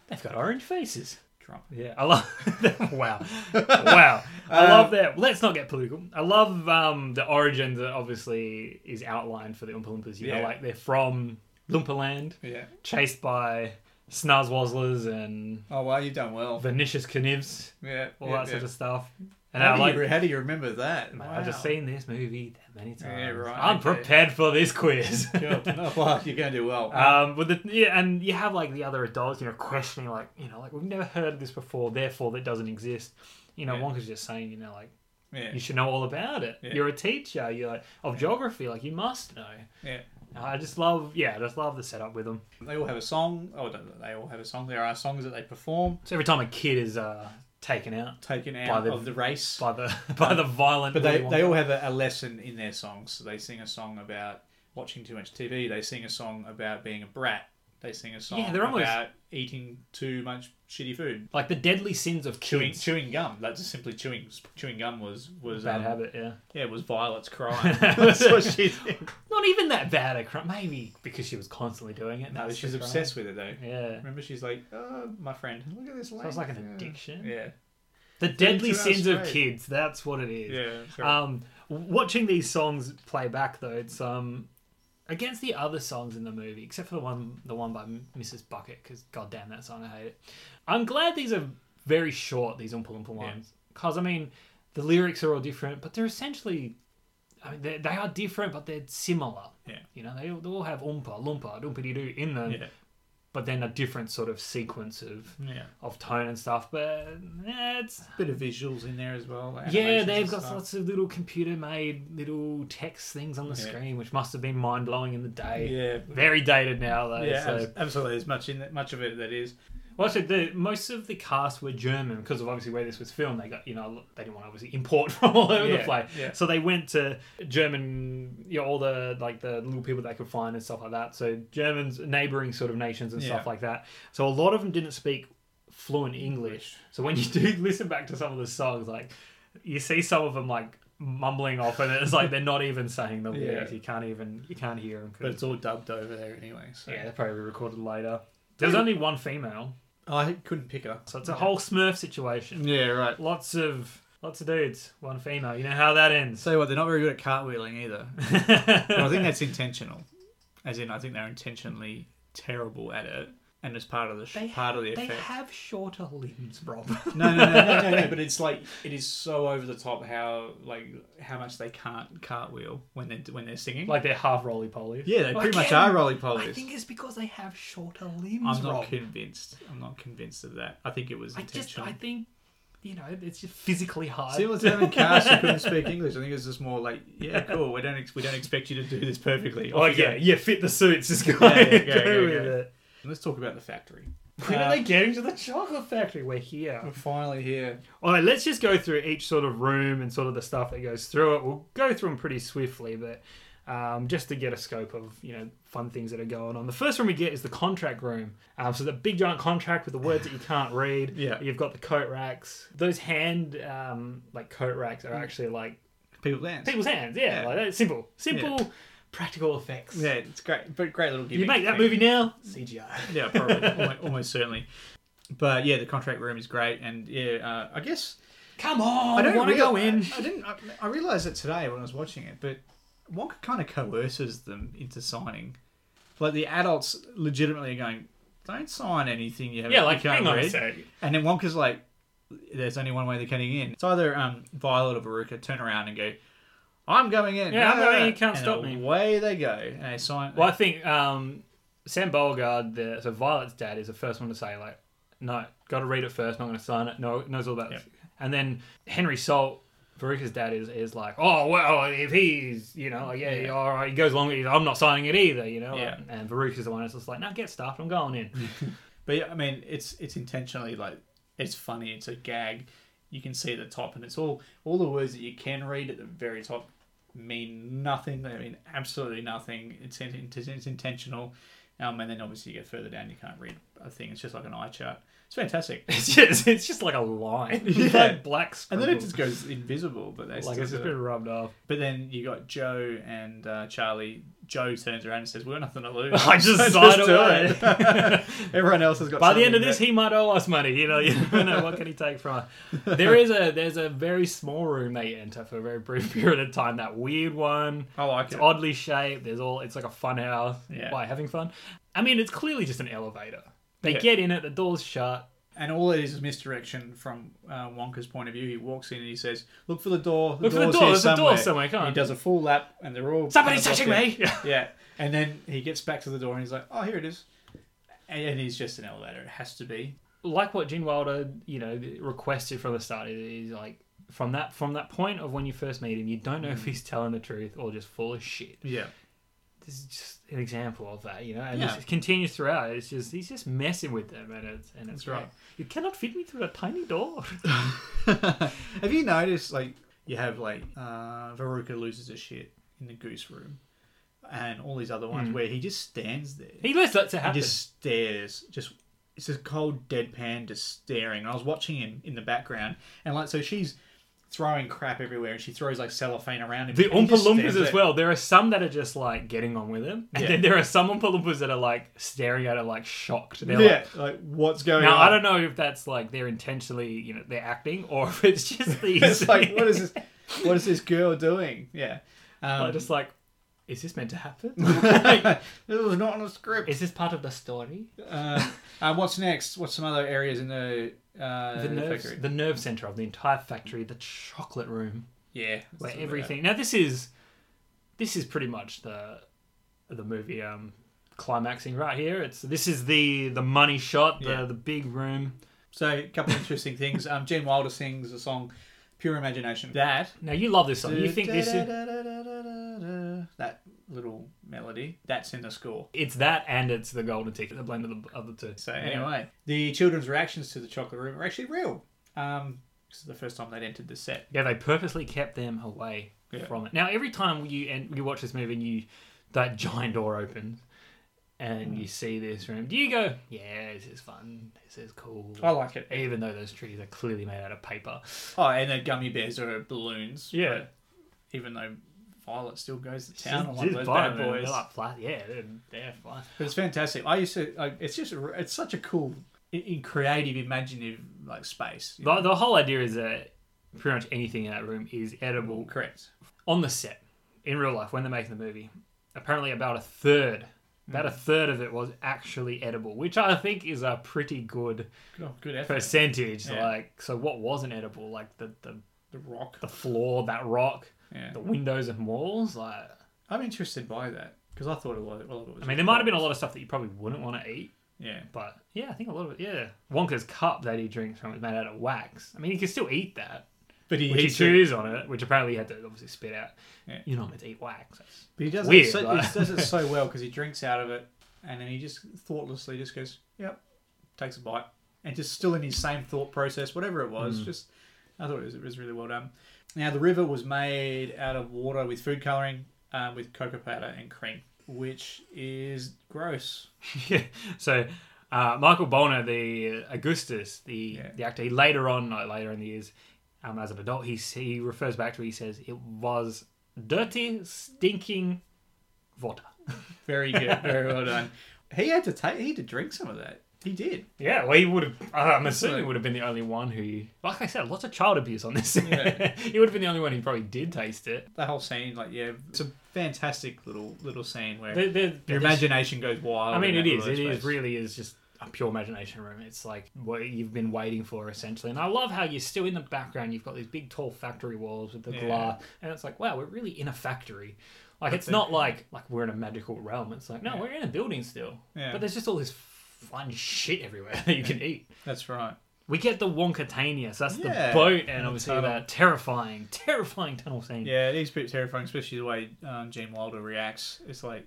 Speaker 1: They've got orange faces.
Speaker 2: Trump.
Speaker 1: Yeah, I love. *laughs*
Speaker 2: *laughs*
Speaker 1: wow, wow, I
Speaker 2: Um,
Speaker 1: love that. Let's not get political. I love um, the origin that obviously is outlined for the Oompa Loompas. You
Speaker 2: Yeah.
Speaker 1: know, like they're from Loompa Land,
Speaker 2: Yeah.
Speaker 1: chased by Snarzwazzlers and
Speaker 2: Oh wow, you've done well.
Speaker 1: Venetius Knivs,
Speaker 2: Yeah.
Speaker 1: all
Speaker 2: yeah,
Speaker 1: that
Speaker 2: yeah.
Speaker 1: sort of stuff. And
Speaker 2: How,
Speaker 1: I
Speaker 2: do
Speaker 1: like.
Speaker 2: you, how do you remember that?
Speaker 1: Man, I've just seen this movie that many times.
Speaker 2: Yeah, right,
Speaker 1: I'm
Speaker 2: okay.
Speaker 1: prepared for this
Speaker 2: *laughs*
Speaker 1: quiz.
Speaker 2: Oh, wow, you're going to do well.
Speaker 1: *laughs* Um, but the, yeah, and you have like the other adults, you know, questioning like, you know, like we've never heard of this before, therefore that doesn't exist. You know,
Speaker 2: Yeah.
Speaker 1: Wonka's just saying, you know, like
Speaker 2: yeah.
Speaker 1: you should know all about it.
Speaker 2: Yeah.
Speaker 1: You're a teacher. You're like, of geography, like you must know.
Speaker 2: yeah.
Speaker 1: I just love, yeah, I just love the setup with them.
Speaker 2: They all have a song. Oh, don't they all have a song? There are songs that they perform.
Speaker 1: So every time a kid is uh, taken out
Speaker 2: taken
Speaker 1: By
Speaker 2: out
Speaker 1: the-
Speaker 2: of the race.
Speaker 1: by the *laughs* by the violent,
Speaker 2: Um, but they,
Speaker 1: Willy
Speaker 2: they
Speaker 1: Wonka-
Speaker 2: all have a, a lesson in their songs. So they sing a song about watching too much TV. They sing a song about being a brat. They sing a song
Speaker 1: Yeah, they're almost-
Speaker 2: about eating too much shitty food,
Speaker 1: Like the deadly sins of
Speaker 2: chewing
Speaker 1: kids.
Speaker 2: chewing gum. That's just simply chewing. Chewing gum was was
Speaker 1: Bad
Speaker 2: um,
Speaker 1: habit, yeah.
Speaker 2: Yeah, it was Violet's crime.
Speaker 1: *laughs*
Speaker 2: *laughs* That's what she did.
Speaker 1: Not even that bad a crime. Maybe because she was constantly doing it.
Speaker 2: No,
Speaker 1: that's
Speaker 2: she's
Speaker 1: the crime.
Speaker 2: obsessed with it though.
Speaker 1: Yeah.
Speaker 2: Remember, she's like, oh, my friend, look at this. So
Speaker 1: Sounds like an addiction.
Speaker 2: Yeah,
Speaker 1: The deadly
Speaker 2: hours
Speaker 1: sins of
Speaker 2: straight.
Speaker 1: kids. That's what it is.
Speaker 2: yeah.
Speaker 1: Um, watching these songs play back though, it's um against the other songs in the movie, except for the one the one by M- Mrs. Bucket, because goddamn that song, I hate it. I'm glad these are very short. These Oompa Loompa ones, because I mean, the lyrics are all different, but they're essentially, I mean, they they are different, but they're similar.
Speaker 2: Yeah.
Speaker 1: You know, they, all- they all have Oompa Loompa Doompity Doo in them,
Speaker 2: Yeah. Mm.
Speaker 1: but then a different sort of sequence of
Speaker 2: yeah.
Speaker 1: of tone and stuff. But eh, it's
Speaker 2: Bit of visuals in there as well. like
Speaker 1: yeah,
Speaker 2: animations and
Speaker 1: they've got
Speaker 2: stuff.
Speaker 1: lots of little computer made little text things on the
Speaker 2: Yeah.
Speaker 1: screen, which must have been mind blowing in the day.
Speaker 2: Yeah.
Speaker 1: Very dated now, though.
Speaker 2: Yeah,
Speaker 1: so.
Speaker 2: abs- absolutely. There's much in that, much of it that is.
Speaker 1: Well, actually, the, most of the cast were German because of obviously where this was filmed. They got, you know, they didn't want to obviously import *laughs* from all over the
Speaker 2: Yeah,
Speaker 1: place.
Speaker 2: yeah.
Speaker 1: So they went to German, you know, all the, like, the little people they could find and stuff like that. So Germans, neighboring sort of nations and
Speaker 2: Yeah.
Speaker 1: stuff like that. So a lot of them didn't speak fluent English. So when you *laughs* do listen back to some of the songs, like, you see some of them, like, mumbling off and it's like they're not even saying the lyrics you can't even you can't hear them
Speaker 2: But it's all dubbed over there anyway. So
Speaker 1: yeah they're probably recorded later there's only one female
Speaker 2: I couldn't pick her.
Speaker 1: so it's a whole Smurf situation.
Speaker 2: Yeah, right.
Speaker 1: Lots of lots of dudes, one female. You know how that ends. *laughs*
Speaker 2: So what, they're not very good at cartwheeling either. *laughs* but I think that's intentional. As in, I think they're intentionally terrible at it, and it's part of the sh- part of the
Speaker 1: They
Speaker 2: effect.
Speaker 1: have shorter limbs, Rob.
Speaker 2: no, no, no, no, no, no. But it's like it is so over the top how like how much they can't cartwheel when they when they're
Speaker 1: *laughs*
Speaker 2: singing.
Speaker 1: like they're half roly poly.
Speaker 2: yeah, they pretty much are roly polies.
Speaker 1: I think it's because they have shorter limbs,
Speaker 2: I'm not
Speaker 1: Rob.
Speaker 2: convinced. I'm not convinced of that. I think it was
Speaker 1: I just
Speaker 2: intentional.
Speaker 1: I think you know it's just physically hard.
Speaker 2: Similar to *laughs* having cast, you couldn't speak English. I think it's just more like, *laughs* yeah, cool. We don't ex- we don't expect you to do this perfectly.
Speaker 1: oh
Speaker 2: Off you
Speaker 1: yeah,
Speaker 2: go.
Speaker 1: yeah. Fit the suits. Just go, *laughs*
Speaker 2: Yeah,
Speaker 1: go,
Speaker 2: yeah, yeah, yeah,
Speaker 1: with
Speaker 2: yeah.
Speaker 1: it.
Speaker 2: Let's talk about the factory.
Speaker 1: When are they getting to the chocolate factory? We're here.
Speaker 2: We're finally here.
Speaker 1: All right, let's just go through each sort of room and sort of the stuff that goes through it. We'll go through them pretty swiftly, but um, just to get a scope of you know fun things that are going on. The first one we get is the contract room. Um, so the big giant contract with the words that you can't read.
Speaker 2: *laughs* Yeah.
Speaker 1: You've got the coat racks. Those hand um, like coat racks are actually like
Speaker 2: People dance.
Speaker 1: people's hands. Yeah,
Speaker 2: Mm. Yeah.
Speaker 1: like that's simple, simple, practical effects.
Speaker 2: Yeah, it's great, but great little gimmick.
Speaker 1: You make that
Speaker 2: Thank-
Speaker 1: movie now, CGI.
Speaker 2: Yeah, probably, almost, almost certainly. But yeah, the contract room is great, and yeah, uh, I guess
Speaker 1: Come on, I don't want to
Speaker 2: real-
Speaker 1: go in.
Speaker 2: I, I didn't. I, I realized it today when I was watching it, but Wonka kind of coerces them into signing. Like the adults legitimately are going, "Don't sign anything you haven't."
Speaker 1: Yeah, like
Speaker 2: you can't
Speaker 1: hang on a
Speaker 2: read."
Speaker 1: sec.
Speaker 2: And then Wonka's like, "There's only one way they're getting in. It's either um, Violet or Veruca turn around and go." I'm going in.
Speaker 1: Yeah, I'm going in, you can't
Speaker 2: And
Speaker 1: stop me.
Speaker 2: Away they go, and they sign.
Speaker 1: Well, I think um, Sam Beauregard, the, so Violet's dad, is the first one to say like, "No, got to read it first. Not going to sign it. No, knows all about." it. And then Henry Salt, Veruca's dad, is is like, "Oh well, if he's you know, like, yeah, yeah, all right, he goes along. with it. I'm not signing it either, you know."
Speaker 2: Yeah.
Speaker 1: And Veruca's the one that's just like, "No, get stuffed. I'm going in." *laughs*
Speaker 2: But yeah, I mean, it's it's intentionally like it's funny. It's a gag. You can see the top, and it's all all the words that you can read at the very top mean nothing. They mean absolutely nothing. It's in- it's, it's intentional. Um, and then obviously you get further down, you can't read a thing. It's just like an eye chart. It's fantastic.
Speaker 1: *laughs* it's just it's just like a line, It's
Speaker 2: *laughs* Yeah.
Speaker 1: like black
Speaker 2: And
Speaker 1: scribble.
Speaker 2: then it just goes invisible, but they
Speaker 1: like
Speaker 2: still
Speaker 1: it's just
Speaker 2: do it.
Speaker 1: been rubbed off.
Speaker 2: But then you got Joe and uh, Charlie. Joe turns around and says, "We've got nothing to lose."
Speaker 1: *laughs* I
Speaker 2: *laughs*
Speaker 1: just sighed *laughs* away.
Speaker 2: Everyone else has got.
Speaker 1: By the end of
Speaker 2: something
Speaker 1: this, he might owe us money. You know, you never know what can he take from. us. There is a there's a very small room they enter for a very brief *laughs* period of time. That weird one.
Speaker 2: I like
Speaker 1: it's
Speaker 2: it.
Speaker 1: oddly shaped. There's all. It's like a fun house.
Speaker 2: Yeah.
Speaker 1: Why having fun? I mean, it's clearly just an elevator. They
Speaker 2: Yeah.
Speaker 1: get in it. The door's shut.
Speaker 2: And all it is is misdirection from uh, Wonka's point of view. He walks in and he says, "Look for the door. The
Speaker 1: Look for the
Speaker 2: door's
Speaker 1: door,
Speaker 2: here
Speaker 1: there's a door
Speaker 2: somewhere."
Speaker 1: somewhere, come
Speaker 2: And
Speaker 1: on.
Speaker 2: He does a full lap, and they're all
Speaker 1: Somebody's
Speaker 2: kind of
Speaker 1: touching me. *laughs*
Speaker 2: blocked in. yeah. And then he gets back to the door and he's like, "Oh, here it is." And, and he's just an elevator. It has to be.
Speaker 1: Like what Gene Wilder, you know, requested from the start is like from that from that point of when you first meet him, you don't
Speaker 2: Mm.
Speaker 1: know if he's telling the truth or just full of shit.
Speaker 2: Yeah.
Speaker 1: this is just an example of that, you know, and
Speaker 2: Yeah.
Speaker 1: this continues throughout. It's just he's just messing with them, and it's and it's
Speaker 2: That's right.
Speaker 1: right. You cannot fit me through a tiny door.
Speaker 2: *laughs*
Speaker 1: *laughs*
Speaker 2: have you noticed, like, you have like uh, Veruca loses her shit in the goose room. and all these other
Speaker 1: Hmm.
Speaker 2: ones where he just stands there.
Speaker 1: He lets that to
Speaker 2: He
Speaker 1: happen.
Speaker 2: just stares. Just it's this cold deadpan, just staring. And I was watching him in the background, and like so she's throwing crap everywhere, and she throws like cellophane around him.
Speaker 1: The
Speaker 2: and he
Speaker 1: Oompa
Speaker 2: just stands
Speaker 1: Loompas as
Speaker 2: there.
Speaker 1: well. There are some that are just like getting on with it, and
Speaker 2: Yeah.
Speaker 1: then there are some Oompa Loompas that are like staring at it like shocked. They're
Speaker 2: Yeah,
Speaker 1: like,
Speaker 2: like what's going
Speaker 1: now
Speaker 2: on? *laughs*
Speaker 1: I don't know if that's like they're intentionally, you know, they're acting or if it's
Speaker 2: *laughs*
Speaker 1: just these.
Speaker 2: It's like what is this? What is this girl doing?
Speaker 1: *laughs*
Speaker 2: Yeah, *laughs* um,
Speaker 1: Like, just like, is this meant to
Speaker 2: *laughs*
Speaker 1: happen?
Speaker 2: this was not on the script.
Speaker 1: is this part of the story?
Speaker 2: Uh, uh, what's next? What's some other areas in the uh,
Speaker 1: the nerve,
Speaker 2: factory?
Speaker 1: the nerve center of the entire factory, the chocolate room,
Speaker 2: yeah,
Speaker 1: where
Speaker 2: that's about
Speaker 1: everything. Now this is, this is pretty much the, the movie um, climaxing right here. It's this is the the money shot, the
Speaker 2: Yeah.
Speaker 1: the big room.
Speaker 2: it. So a couple of interesting things. Um, Gene Wilder sings the song "Pure Imagination." That
Speaker 1: Now you love this song. You think this is
Speaker 2: that little melody that's in the score.
Speaker 1: it's that and it's the golden ticket, the blend of the of the two.
Speaker 2: So anyway, the children's reactions to the chocolate room are actually real. Um, this is the first time they'd entered the set.
Speaker 1: Yeah, they purposely kept them away
Speaker 2: Yeah.
Speaker 1: from it. Now, every time you and you watch this movie and you that giant door opens and you see this room, do you go, "Yeah, this is fun. This is cool."
Speaker 2: I like it.
Speaker 1: Even though those trees are clearly made out of paper.
Speaker 2: Oh, and the gummy bears are balloons.
Speaker 1: Yeah.
Speaker 2: but even though Violet still goes to town on
Speaker 1: Just-
Speaker 2: one of
Speaker 1: just
Speaker 2: those
Speaker 1: buy
Speaker 2: bad
Speaker 1: them.
Speaker 2: boys.
Speaker 1: They're like flat. Yeah, they're, they're fine.
Speaker 2: But it's fantastic. I used to. Like, it's just. a- It's such a cool, i- in creative, imaginative like space. you
Speaker 1: The,
Speaker 2: know?
Speaker 1: the whole idea is that pretty much anything in that room is edible.
Speaker 2: Correct.
Speaker 1: on the set in real life when they're making the movie apparently about a third about a third of it was actually edible which i think is a pretty good
Speaker 2: Oh, good effort.
Speaker 1: percentage
Speaker 2: Yeah.
Speaker 1: like so what wasn't edible like the, the
Speaker 2: The rock.
Speaker 1: the floor that rock
Speaker 2: Yeah.
Speaker 1: the windows and walls like
Speaker 2: I'm interested by that because I thought a lot. Of, well, it was
Speaker 1: i mean there might have been a lot of stuff that you probably wouldn't want to eat
Speaker 2: Yeah.
Speaker 1: but yeah i think a lot of it yeah wonka's cup that he drinks from is made out of wax i mean you can still eat that
Speaker 2: But he
Speaker 1: which he
Speaker 2: eats it.
Speaker 1: chews on it which apparently he had to obviously spit out
Speaker 2: Yeah.
Speaker 1: you're not meant to eat wax That's- *laughs*
Speaker 2: But he does
Speaker 1: Weird,
Speaker 2: it. So,
Speaker 1: like-
Speaker 2: He does it so
Speaker 1: *laughs*
Speaker 2: well because he drinks out of it, and then he just thoughtlessly just goes, "Yep," takes a bite, and just still in his same thought process, whatever it
Speaker 1: Hmm.
Speaker 2: was. Just, I thought it was, it was really well done. Now the river was made out of water with food coloring, um, with cocoa powder and cream, which is gross.
Speaker 1: Yeah. So uh, Michael Boner, the uh, Augustus, the
Speaker 2: Yeah.
Speaker 1: the actor, he later on, like later in the years, um, as an adult, he he refers back to. it, He says it was dirty, stinking water.
Speaker 2: Very good, very well done. He had to take, he had to drink some of that. He did.
Speaker 1: *laughs* Yeah, well, he would have. I'm assuming he would have been the only one who, like I said, lots of child abuse on this.
Speaker 2: Yeah.
Speaker 1: *laughs* he would have been the only one who probably did taste it.
Speaker 2: The whole scene, like, yeah, it's a fantastic little little scene where
Speaker 1: They- they-
Speaker 2: your imagination goes wild.
Speaker 1: I mean,
Speaker 2: in
Speaker 1: it
Speaker 2: that
Speaker 1: is.
Speaker 2: little
Speaker 1: It is
Speaker 2: space.
Speaker 1: really is just a pure imagination room. It's like what you've been waiting for, essentially. And I love how you're still in the background. You've got these big, tall factory walls with the
Speaker 2: Yeah.
Speaker 1: glass, and it's like, wow, we're really in a factory. Like it's not like like we're in a magical realm. It's like no, we're in a building still.
Speaker 2: Yeah.
Speaker 1: But there's just all this fun shit everywhere *laughs* that you can eat.
Speaker 2: That's right.
Speaker 1: We get the Wonkatanius. That's
Speaker 2: Yeah.
Speaker 1: the boat, and,
Speaker 2: And the
Speaker 1: obviously
Speaker 2: tunnel.
Speaker 1: that terrifying, terrifying tunnel scene.
Speaker 2: Yeah, it is a bit terrifying, especially the way um, Gene Wilder reacts. It's like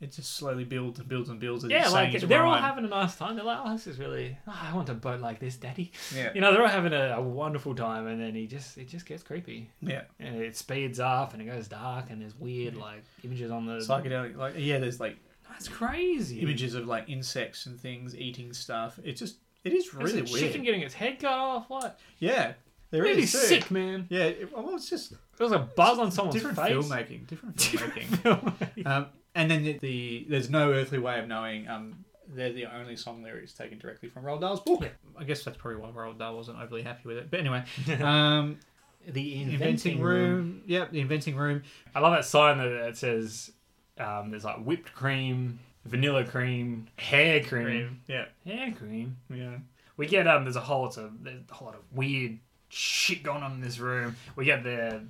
Speaker 2: it just slowly builds and builds and builds. As
Speaker 1: Yeah,
Speaker 2: he's
Speaker 1: like
Speaker 2: saying his
Speaker 1: they're all
Speaker 2: rhyme.
Speaker 1: having a nice time. They're like, "Oh, this is really. oh, I want a boat like this, Daddy."
Speaker 2: Yeah.
Speaker 1: You know, they're all having a, a wonderful time, and then he just it just gets creepy,
Speaker 2: yeah
Speaker 1: and it speeds up, and it goes dark, and there's weird like images on the.
Speaker 2: psychedelic. Like yeah, there's like
Speaker 1: That's crazy.
Speaker 2: images of like insects and things eating stuff. It's just it is
Speaker 1: Is
Speaker 2: really
Speaker 1: it
Speaker 2: weird.
Speaker 1: Chicken getting its head cut off. What?
Speaker 2: yeah, there
Speaker 1: Really
Speaker 2: is too.
Speaker 1: sick, man.
Speaker 2: Yeah, it, well, it's just
Speaker 1: There was a buzz on someone's
Speaker 2: different
Speaker 1: face. *laughs*
Speaker 2: filmmaking. Different filmmaking.
Speaker 1: Filmmaking.
Speaker 2: um, and then the, the there's no earthly way of knowing. Um, they're the only song lyrics taken directly from Roald Dahl's book. I guess that's probably why Roald Dahl wasn't overly happy with it. But anyway, *laughs* um,
Speaker 1: the inventing,
Speaker 2: inventing
Speaker 1: room.
Speaker 2: room. Yep, the inventing room.
Speaker 1: I love that sign that that says, um, "There's like whipped cream, vanilla cream, hair cream,
Speaker 2: Yeah,
Speaker 1: hair cream."
Speaker 2: yeah.
Speaker 1: We get um. There's a whole. It's a, there's a whole lot of weird shit going on in this room. We get the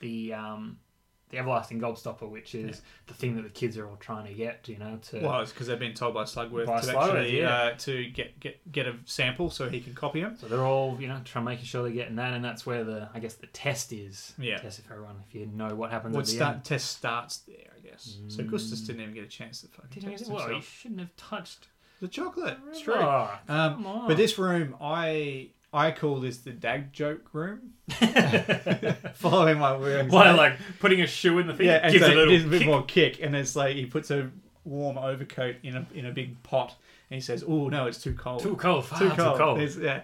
Speaker 1: the um the everlasting gold stopper, which is the thing that the kids are all trying to get. You know, to
Speaker 2: Well, it's because they've been told by Slugworth
Speaker 1: By
Speaker 2: to
Speaker 1: Slugworth,
Speaker 2: actually
Speaker 1: yeah.
Speaker 2: uh, to get, get get a sample so he can copy them.
Speaker 1: so they're all you know trying making sure they're getting that, and that's where the I guess the test is.
Speaker 2: Yeah.
Speaker 1: Test if everyone if you know what happens
Speaker 2: Well,
Speaker 1: at the
Speaker 2: start,
Speaker 1: end. Mm.
Speaker 2: test starts there, I guess. So Augustus didn't even get a chance to fucking
Speaker 1: Didn't
Speaker 2: test
Speaker 1: he- well, you
Speaker 2: himself.
Speaker 1: shouldn't have touched. Oh. Ah.
Speaker 2: *laughs*
Speaker 1: *laughs*
Speaker 2: The chocolate. It's
Speaker 1: It's
Speaker 2: true. Um,
Speaker 1: Come on.
Speaker 2: but this room, I I call this the dag joke
Speaker 1: *laughs*
Speaker 2: room. Following my work.
Speaker 1: Why, like putting a shoe in the thing
Speaker 2: yeah, and
Speaker 1: gives
Speaker 2: so
Speaker 1: it a little
Speaker 2: gives a bit
Speaker 1: kick.
Speaker 2: more kick, and it's like he puts a warm overcoat in a in a big pot, and he says, "Oh no, it's too cold.
Speaker 1: Too cold, far
Speaker 2: Too cold.
Speaker 1: Too cold.
Speaker 2: It's, yeah,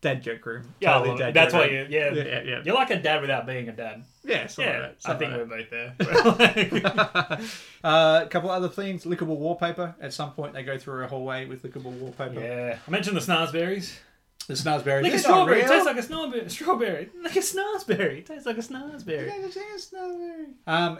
Speaker 2: dad joke room.
Speaker 1: Yeah, I
Speaker 2: Totally
Speaker 1: love it.
Speaker 2: dad
Speaker 1: that's
Speaker 2: joke
Speaker 1: why
Speaker 2: room.
Speaker 1: you, yeah.
Speaker 2: Yeah, yeah, yeah.
Speaker 1: You're like a dad without being a dad.
Speaker 2: Yeah, something
Speaker 1: yeah,
Speaker 2: like that,
Speaker 1: I
Speaker 2: something
Speaker 1: think we're both
Speaker 2: like
Speaker 1: there. *laughs*
Speaker 2: *laughs* that. Uh, a couple other things: lickable wallpaper. At some point, they go through a hallway with lickable wallpaper.
Speaker 1: yeah. I mentioned the snarsberries.
Speaker 2: The snarsberry.
Speaker 1: Like a
Speaker 2: They're not
Speaker 1: strawberry. It
Speaker 2: real.
Speaker 1: tastes like a snarberry. Strawberry. *laughs* Like a snarsberry. It tastes like a snarsberry.
Speaker 2: Yeah, it's a snarsberry. Um,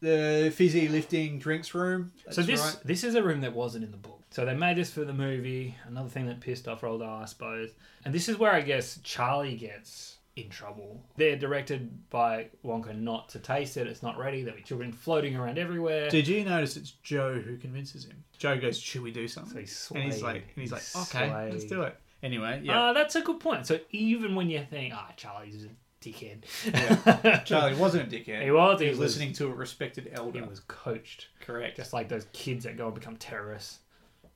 Speaker 2: the fizzy lifting drinks room.
Speaker 1: So
Speaker 2: That's
Speaker 1: this
Speaker 2: right.
Speaker 1: this is a room that wasn't in the book. So they made this for the movie. Another thing that pissed off Roald Dahl, I suppose. And this is where I guess Charlie gets in trouble. They're directed by Wonka not to taste it. It's not ready. There'll be children floating around everywhere.
Speaker 2: Did you notice it's Joe who convinces him? Joe goes, "Should we do
Speaker 1: So
Speaker 2: something?"
Speaker 1: he's
Speaker 2: and he's
Speaker 1: swayed.
Speaker 2: like, and he's like,
Speaker 1: He's
Speaker 2: "Okay, let's
Speaker 1: swayed.
Speaker 2: do it." Anyway, yeah,
Speaker 1: Ah, that's a good point. So even when you think, ah, Charlie's a dickhead, *laughs*
Speaker 2: Charlie wasn't a dickhead.
Speaker 1: He was,
Speaker 2: He
Speaker 1: he
Speaker 2: was
Speaker 1: was-
Speaker 2: listening to a respected elder.
Speaker 1: he was coached.
Speaker 2: correct.
Speaker 1: Just Oh, like those kids that go and become terrorists.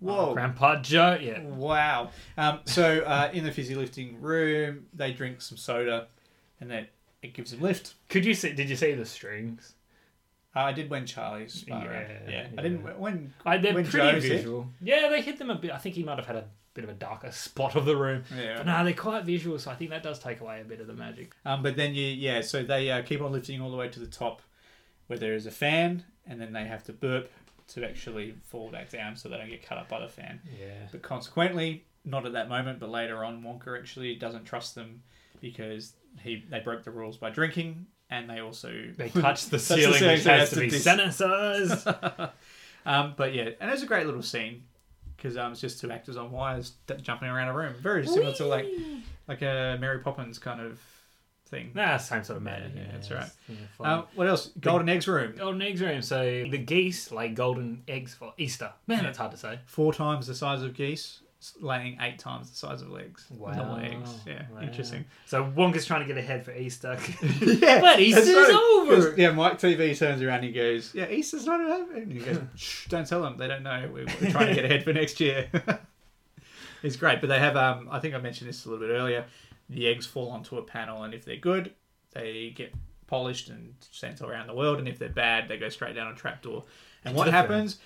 Speaker 2: Whoa.
Speaker 1: Grandpa Joe, yeah.
Speaker 2: Wow. Um, so uh, in the fizzy lifting room, they drink some soda, and that it gives them lift.
Speaker 1: Could you see? Did you see the strings?
Speaker 2: Uh, I did when Charlie's. Yeah,
Speaker 1: Yeah,
Speaker 2: yeah.
Speaker 1: yeah.
Speaker 2: I didn't when.
Speaker 1: I, they're
Speaker 2: when
Speaker 1: pretty
Speaker 2: Joe's hit.
Speaker 1: visual. Yeah, they hit them a bit. I think he might have had a bit of a darker spot of the room.
Speaker 2: Yeah.
Speaker 1: But no, they're quite visual, so I think that does take away a bit of the magic.
Speaker 2: Um, but then you yeah, so they uh, keep on lifting all the way to the top, where there is a fan, and then they have to burp to actually fall back down, so they don't get cut up by the fan.
Speaker 1: Yeah.
Speaker 2: But consequently, not at that moment, but later on, Wonka actually doesn't trust them because he they broke the rules by drinking, and they also *laughs*
Speaker 1: They touch the
Speaker 2: Touch the
Speaker 1: ceiling,
Speaker 2: ceiling,
Speaker 1: which
Speaker 2: so
Speaker 1: has
Speaker 2: that's
Speaker 1: to
Speaker 2: the
Speaker 1: be
Speaker 2: dis- *laughs*
Speaker 1: sanitized.
Speaker 2: Um, but yeah, and it's a great little scene because um, it's just two actors on wires d- jumping around a room, very similar to like like a Mary Poppins kind of thing.
Speaker 1: nah, same sort of magic.
Speaker 2: Yeah,
Speaker 1: Yeah,
Speaker 2: that's
Speaker 1: it's-
Speaker 2: right.
Speaker 1: yeah, fine.
Speaker 2: Um, what else? Golden eggs room.
Speaker 1: golden eggs room. So the geese lay golden eggs for Easter. Man, that's hard to say.
Speaker 2: Four times the size of geese, s- laying eight times the size of legs. Normal eggs. Yeah,
Speaker 1: Wow.
Speaker 2: interesting.
Speaker 1: So Wonka's trying to get ahead for
Speaker 2: *laughs*
Speaker 1: Easter. *laughs*
Speaker 2: Yeah,
Speaker 1: But Easter's
Speaker 2: that's
Speaker 1: over.
Speaker 2: 'Cause, Yeah, Mike TV turns around and goes, "Yeah, Easter's not over." And he goes, "Shh, don't tell them. They don't know. We're we're trying to get ahead for next year." *laughs* it's great, but they have. Um, I think I mentioned this a little bit earlier. The eggs fall onto a panel, and if they're good, they get polished and sent around the world. And if they're bad, they go straight down a trapdoor. And what
Speaker 1: the fan.
Speaker 2: happens?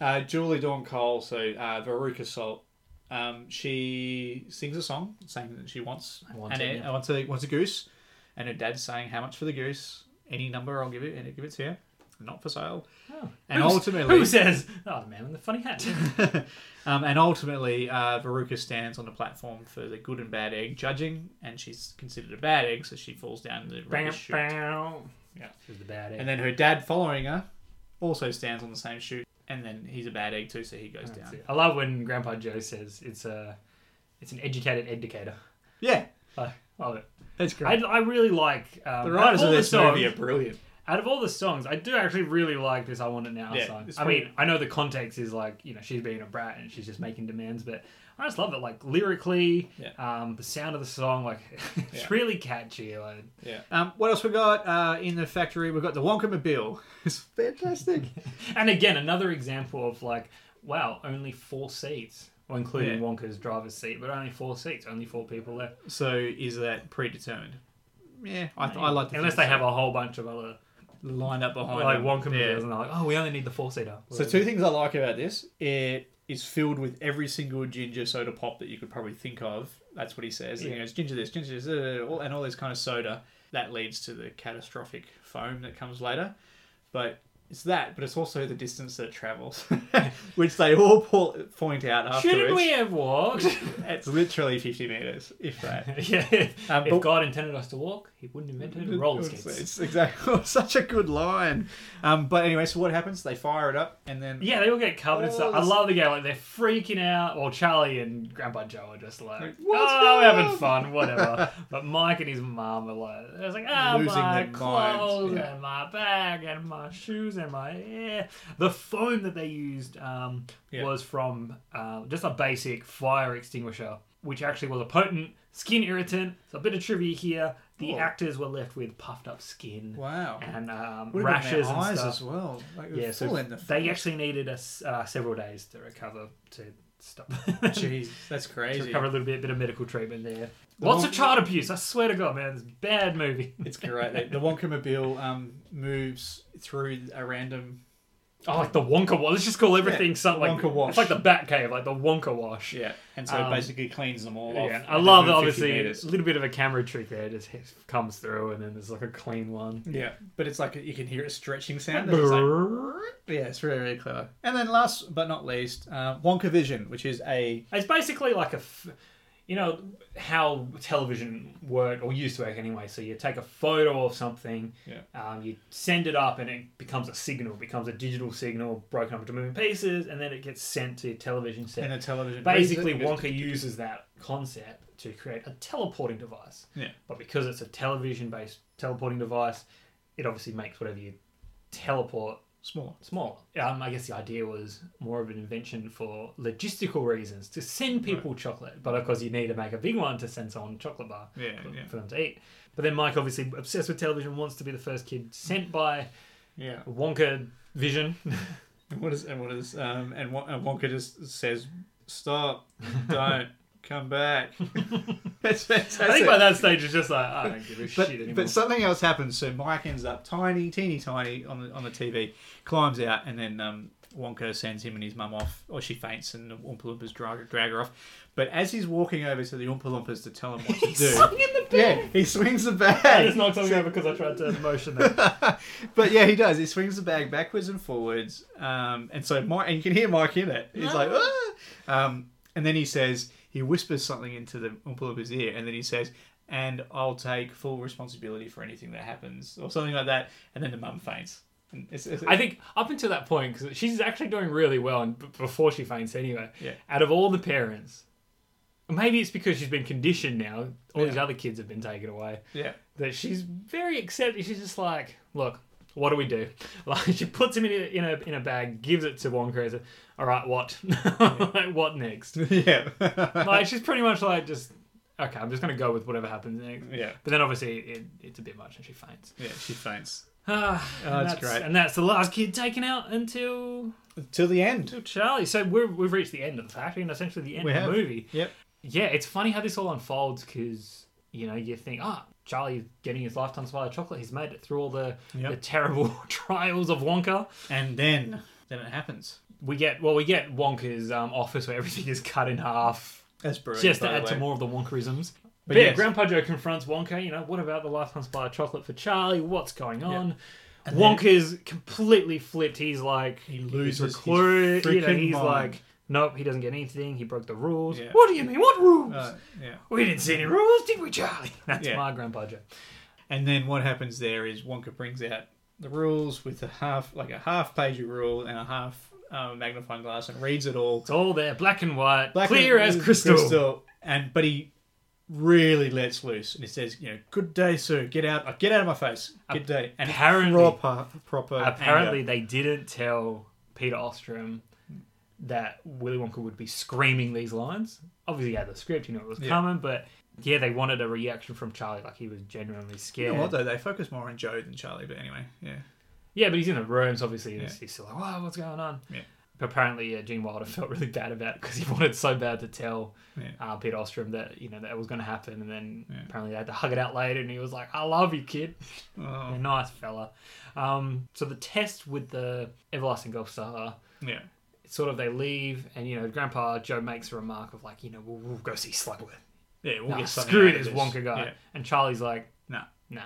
Speaker 2: Uh, Julie Dawn Cole, so uh, Veruca Salt. Um, she sings a song saying that she wants,
Speaker 1: want
Speaker 2: an
Speaker 1: it,
Speaker 2: egg-
Speaker 1: yeah.
Speaker 2: I want a, wants a goose, and her dad's saying, "How much for the goose? Any number, I'll give it, and it give it to you. Not for sale." And
Speaker 1: Who's-
Speaker 2: ultimately,
Speaker 1: Oh. who says, "Oh, the man with the funny hat"? *laughs*
Speaker 2: *laughs* um, and ultimately, uh, Veruca stands on the platform for the good and bad egg judging, and she's considered a bad egg, so she falls down the
Speaker 1: Bam,
Speaker 2: rubbish chute.
Speaker 1: bam.
Speaker 2: Yeah.
Speaker 1: This is the bad egg.
Speaker 2: And then her dad, following her, also stands on the same chute, and then he's a bad egg too, so he goes
Speaker 1: That's
Speaker 2: down.
Speaker 1: it. I love when Grandpa Joe says it's a, it's an educated educator.
Speaker 2: Yeah,
Speaker 1: I love it.
Speaker 2: that's
Speaker 1: I,
Speaker 2: great.
Speaker 1: I really like um,
Speaker 2: the
Speaker 1: out
Speaker 2: writers
Speaker 1: of
Speaker 2: of
Speaker 1: all the
Speaker 2: this
Speaker 1: songs.
Speaker 2: movie are brilliant.
Speaker 1: Out of all the songs, I do actually really like this "I Want It Now"
Speaker 2: Yeah,
Speaker 1: song.
Speaker 2: it's
Speaker 1: I
Speaker 2: pretty-
Speaker 1: mean, I know the context is like you know she's being a brat and she's just making demands, but I just love it. Like lyrically,
Speaker 2: Yeah.
Speaker 1: um, the sound of the song, like *laughs* it's
Speaker 2: Yeah.
Speaker 1: really catchy. Like,
Speaker 2: Yeah. Um, what else we got uh, in the factory? We've got the Wonka Mobile. *laughs* It's
Speaker 1: *laughs*
Speaker 2: fantastic.
Speaker 1: And again, another example of like, wow, only four seats, well, including
Speaker 2: Yeah.
Speaker 1: Wonka's driver's seat, but only four seats, only four people left.
Speaker 2: so is that predetermined? Yeah, I, I like to
Speaker 1: Unless they
Speaker 2: think
Speaker 1: have a whole bunch of other
Speaker 2: so. lined up behind
Speaker 1: like
Speaker 2: them.
Speaker 1: Wonka
Speaker 2: Oh, Yeah.
Speaker 1: movies, and they're like, oh, we only need the four seater.
Speaker 2: So two things I like about this: it is filled with every single ginger soda pop that you could probably think of. That's what he says. He
Speaker 1: Yeah.
Speaker 2: goes ginger this, ginger this, uh, all- and all this kind of soda. That leads to the catastrophic foam that comes later. But it's that, but it's also the distance that it travels, *laughs* which they all po- point out afterwards.
Speaker 1: Shouldn't we have walked? *laughs*
Speaker 2: It's literally fifty meters, if that.
Speaker 1: yeah.
Speaker 2: Um, but-
Speaker 1: if God intended us to walk, He wouldn't have
Speaker 2: *laughs*
Speaker 1: invented *laughs* roller skates.
Speaker 2: It's exactly *laughs* such a good line. Um, but anyway, so what happens? They fire it up, and then
Speaker 1: Yeah, they all get covered in
Speaker 2: Oh,
Speaker 1: stuff. I
Speaker 2: this-
Speaker 1: love the game. Like they're freaking out. Well, Charlie and Grandpa Joe are just like,
Speaker 2: Like,
Speaker 1: "Oh,
Speaker 2: "What's
Speaker 1: we're
Speaker 2: going
Speaker 1: having
Speaker 2: on?"
Speaker 1: fun,
Speaker 2: *laughs*
Speaker 1: whatever." but Mike and his mom are like, "It's like, ah,
Speaker 2: Losing
Speaker 1: my
Speaker 2: their minds,
Speaker 1: clothes
Speaker 2: yeah.
Speaker 1: and my bag and my shoes and my hair." The foam that they used um,
Speaker 2: Yeah.
Speaker 1: was from uh, just a basic fire extinguisher, which actually was a potent skin irritant. So a bit of trivia here: the
Speaker 2: Whoa.
Speaker 1: actors were left with puffed up skin
Speaker 2: wow.
Speaker 1: and um,
Speaker 2: Would've been their
Speaker 1: rashes and
Speaker 2: eyes
Speaker 1: stuff
Speaker 2: as well. Like,
Speaker 1: yeah, so
Speaker 2: full in the
Speaker 1: they actually needed us uh, several days to recover to *laughs* stuff.
Speaker 2: Jeez, that's
Speaker 1: to
Speaker 2: crazy.
Speaker 1: recover a little bit, bit of medical treatment there. Lots of child abuse. I swear to God, man, it's a bad movie.
Speaker 2: *laughs*
Speaker 1: *laughs*
Speaker 2: It's great. The Wonka Mobile um, moves through a random.
Speaker 1: Oh, like the Wonka wash. Let's just call everything
Speaker 2: Yeah,
Speaker 1: something like
Speaker 2: Wonka
Speaker 1: It's
Speaker 2: wash.
Speaker 1: like the Batcave, like the Wonka wash.
Speaker 2: Yeah, and so
Speaker 1: Um,
Speaker 2: it basically cleans them all off.
Speaker 1: Yeah,
Speaker 2: and
Speaker 1: I
Speaker 2: they
Speaker 1: love
Speaker 2: move 50
Speaker 1: obviously a
Speaker 2: meters.
Speaker 1: little bit of a camera trick there. It just hits- comes through, and then there's like a clean one.
Speaker 2: Yeah, but it's like you can hear a stretching sound. and it's like-
Speaker 1: It's
Speaker 2: yeah, it's really, really clever. And then last but not least, uh, Wonka Vision, which is a
Speaker 1: basically like a, f- you know, how television worked or used to work anyway. So you take a photo of something,
Speaker 2: Yeah.
Speaker 1: um, you send it up, and it becomes a signal, becomes a digital signal, broken up into moving pienes, and then it gets sent to your television set.
Speaker 2: in a television.
Speaker 1: basically
Speaker 2: reads it and goes,
Speaker 1: Wonka uses that concept to create a teleporting device.
Speaker 2: Yeah.
Speaker 1: But because it's a television-based teleporting device, it obviously makes whatever you teleport
Speaker 2: Smaller.
Speaker 1: smaller. Um, I guess the idea was more of an invention for logistical reasons to send people chocolate, but of course you need to make a big one to send someone a chocolate bar
Speaker 2: Yeah,
Speaker 1: for,
Speaker 2: yeah.
Speaker 1: for them to eat. But then Mike, obviously obsessed with television, wants to be the first kid sent by
Speaker 2: Yeah.
Speaker 1: Wonka Vision.
Speaker 2: *laughs* And what is and what is um and, Won- and Wonka just says
Speaker 1: *laughs*
Speaker 2: stop, don't come back. that's
Speaker 1: *laughs*
Speaker 2: fantastic.
Speaker 1: I think by that stage it's just like I don't give a
Speaker 2: but,
Speaker 1: shit anymore. *laughs*
Speaker 2: but something else happens. So Mike ends up tiny, teeny, tiny on the on the TV, climbs out, and then um, Wonka sends him and his mum off, or she faints, and the Oompa Loompas drag, drag her off. But as he's walking over to the Oompa Loompas to tell them what to
Speaker 1: *laughs*
Speaker 2: do, yeah, he swings the
Speaker 1: I
Speaker 2: bag.
Speaker 1: just knocked something over because I tried to motion them.
Speaker 2: But yeah, he does. He swings the bag backwards and forwards, um, and so Mike, and you can hear Mike in it. He's like, ah! um, and then he says, he whispers something into the Oompa Loompas' ear, and then he says, "And I'll take full responsibility for anything that happens," or something like that. And then the mum faints. And it's, it's,
Speaker 1: I think up until that point, because she's actually doing really well, and b- before she faints anyway,
Speaker 2: Yeah.
Speaker 1: out of all the parents, maybe it's because she's been conditioned now. All these
Speaker 2: Yeah.
Speaker 1: other kids have been taken away.
Speaker 2: yeah, *laughs*
Speaker 1: That she's very accepting. She's just like, look, what do we do? *laughs* Like she puts him in a in a, in a bag, gives it to Wonka. and says, all right, what? *laughs* like, what
Speaker 2: *laughs*
Speaker 1: next?
Speaker 2: yeah,
Speaker 1: Like she's pretty much like just okay. I'm just gonna go with whatever happens next.
Speaker 2: yeah,
Speaker 1: But then obviously it, it's a bit much, and she faints. *sighs*
Speaker 2: yeah. She faints
Speaker 1: Ah,
Speaker 2: Oh,
Speaker 1: and
Speaker 2: that's great.
Speaker 1: And that's the last kid taken out until
Speaker 2: till the end.
Speaker 1: Charlie. So we're, we've reached the end of the factory and essentially the end
Speaker 2: We
Speaker 1: of the
Speaker 2: have.
Speaker 1: movie.
Speaker 2: Yep.
Speaker 1: Yeah, it's funny how this all unfolds because, you know, you think, ah, Charlie's getting his lifetime supply of chocolate. He's made it through all the,
Speaker 2: Yep.
Speaker 1: the terrible *laughs* trials of Wonka.
Speaker 2: And then, then it happens.
Speaker 1: We get, well, we get Wonka's um, office where everything is cut in half.
Speaker 2: That's brilliant.
Speaker 1: Just to
Speaker 2: by the
Speaker 1: add to
Speaker 2: way.
Speaker 1: more of the Wonkerisms. But,
Speaker 2: But
Speaker 1: yeah,
Speaker 2: yes.
Speaker 1: Grandpa Joe confronts Wonka. You know, what about the lifetime supply of chocolate for Charlie? What's going on? Wonka's completely flipped. He's like, he
Speaker 2: loses his
Speaker 1: recluse. You know,
Speaker 2: freaking
Speaker 1: he's
Speaker 2: mind.
Speaker 1: like, nope, he doesn't get anything. He broke the rules.
Speaker 2: Yeah.
Speaker 1: What do you mean? What rules?
Speaker 2: Uh, yeah.
Speaker 1: we didn't see any rules, did we, Charlie? *laughs* That's
Speaker 2: Yeah.
Speaker 1: my Grandpa Joe.
Speaker 2: And then what happens there is Wonka brings out the rules with a half, like a half page rule and a half um, magnifying glass, and reads it all
Speaker 1: It's all there, black and white,
Speaker 2: Black
Speaker 1: clear
Speaker 2: and-
Speaker 1: as crystal.
Speaker 2: And but he really lets loose and he says, you know, good day, sir. Get out, uh, get out of my face. Good day. And
Speaker 1: Apparently-
Speaker 2: proper, proper.
Speaker 1: Apparently,
Speaker 2: anger.
Speaker 1: they didn't tell Peter Ostrom that Willy Wonka would be screaming these lines. Obviously, he had the script, you know it was
Speaker 2: Yeah.
Speaker 1: coming, but yeah, they wanted a reaction from Charlie, like he was genuinely
Speaker 2: You
Speaker 1: scared.
Speaker 2: know what though? They focus more on Joe than Charlie, but anyway, yeah.
Speaker 1: yeah, but he's in the room, so obviously he's,
Speaker 2: Yeah.
Speaker 1: he's still like, "Wow, what's going on?"
Speaker 2: Yeah.
Speaker 1: But apparently, uh, Gene Wilder *laughs* felt really bad about it because he *laughs* wanted so bad to tell
Speaker 2: Yeah.
Speaker 1: uh, Peter Ostrom that you know that was going to happen, and then
Speaker 2: Yeah.
Speaker 1: apparently they had to hug it out later, and he was like, "I love you, kid."
Speaker 2: Oh,
Speaker 1: *laughs* A nice fella. Um, so the test with the everlasting golf star
Speaker 2: yeah.
Speaker 1: it's sort of they leave, and you know, Grandpa Joe makes a remark of like, you know, we'll, we'll go see Slugworth.
Speaker 2: Yeah, we'll
Speaker 1: Nah,
Speaker 2: get something
Speaker 1: screw
Speaker 2: out of
Speaker 1: this Wonka guy.
Speaker 2: Yeah.
Speaker 1: And Charlie's like,
Speaker 2: Nah.
Speaker 1: nah.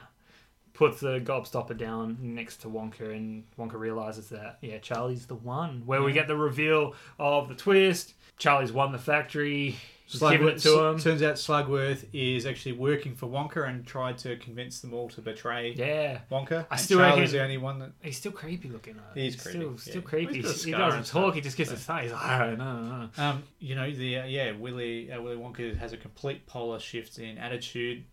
Speaker 1: Puts the gobstopper down next to Wonka, and Wonka realizes that yeah, Charlie's the one. Where we get the reveal of the twist. Charlie's won the factory. He's given it to him.
Speaker 2: Turns out Slugworth is actually working for Wonka and tried to convince them all to betray
Speaker 1: yeah,
Speaker 2: Wonka.
Speaker 1: I
Speaker 2: and
Speaker 1: still
Speaker 2: Charlie's
Speaker 1: reckon-
Speaker 2: the only one that.
Speaker 1: he's still creepy looking. Though.
Speaker 2: He's
Speaker 1: Still,
Speaker 2: creepy,
Speaker 1: still
Speaker 2: yeah.
Speaker 1: creepy.
Speaker 2: He's got a
Speaker 1: He
Speaker 2: scar
Speaker 1: doesn't
Speaker 2: and
Speaker 1: talk.
Speaker 2: stuff,
Speaker 1: He just gets his face. He's like, I don't know. no, no."
Speaker 2: Um, you know the uh, yeah Willy uh, Willy Wonka has a complete polar shift in attitude.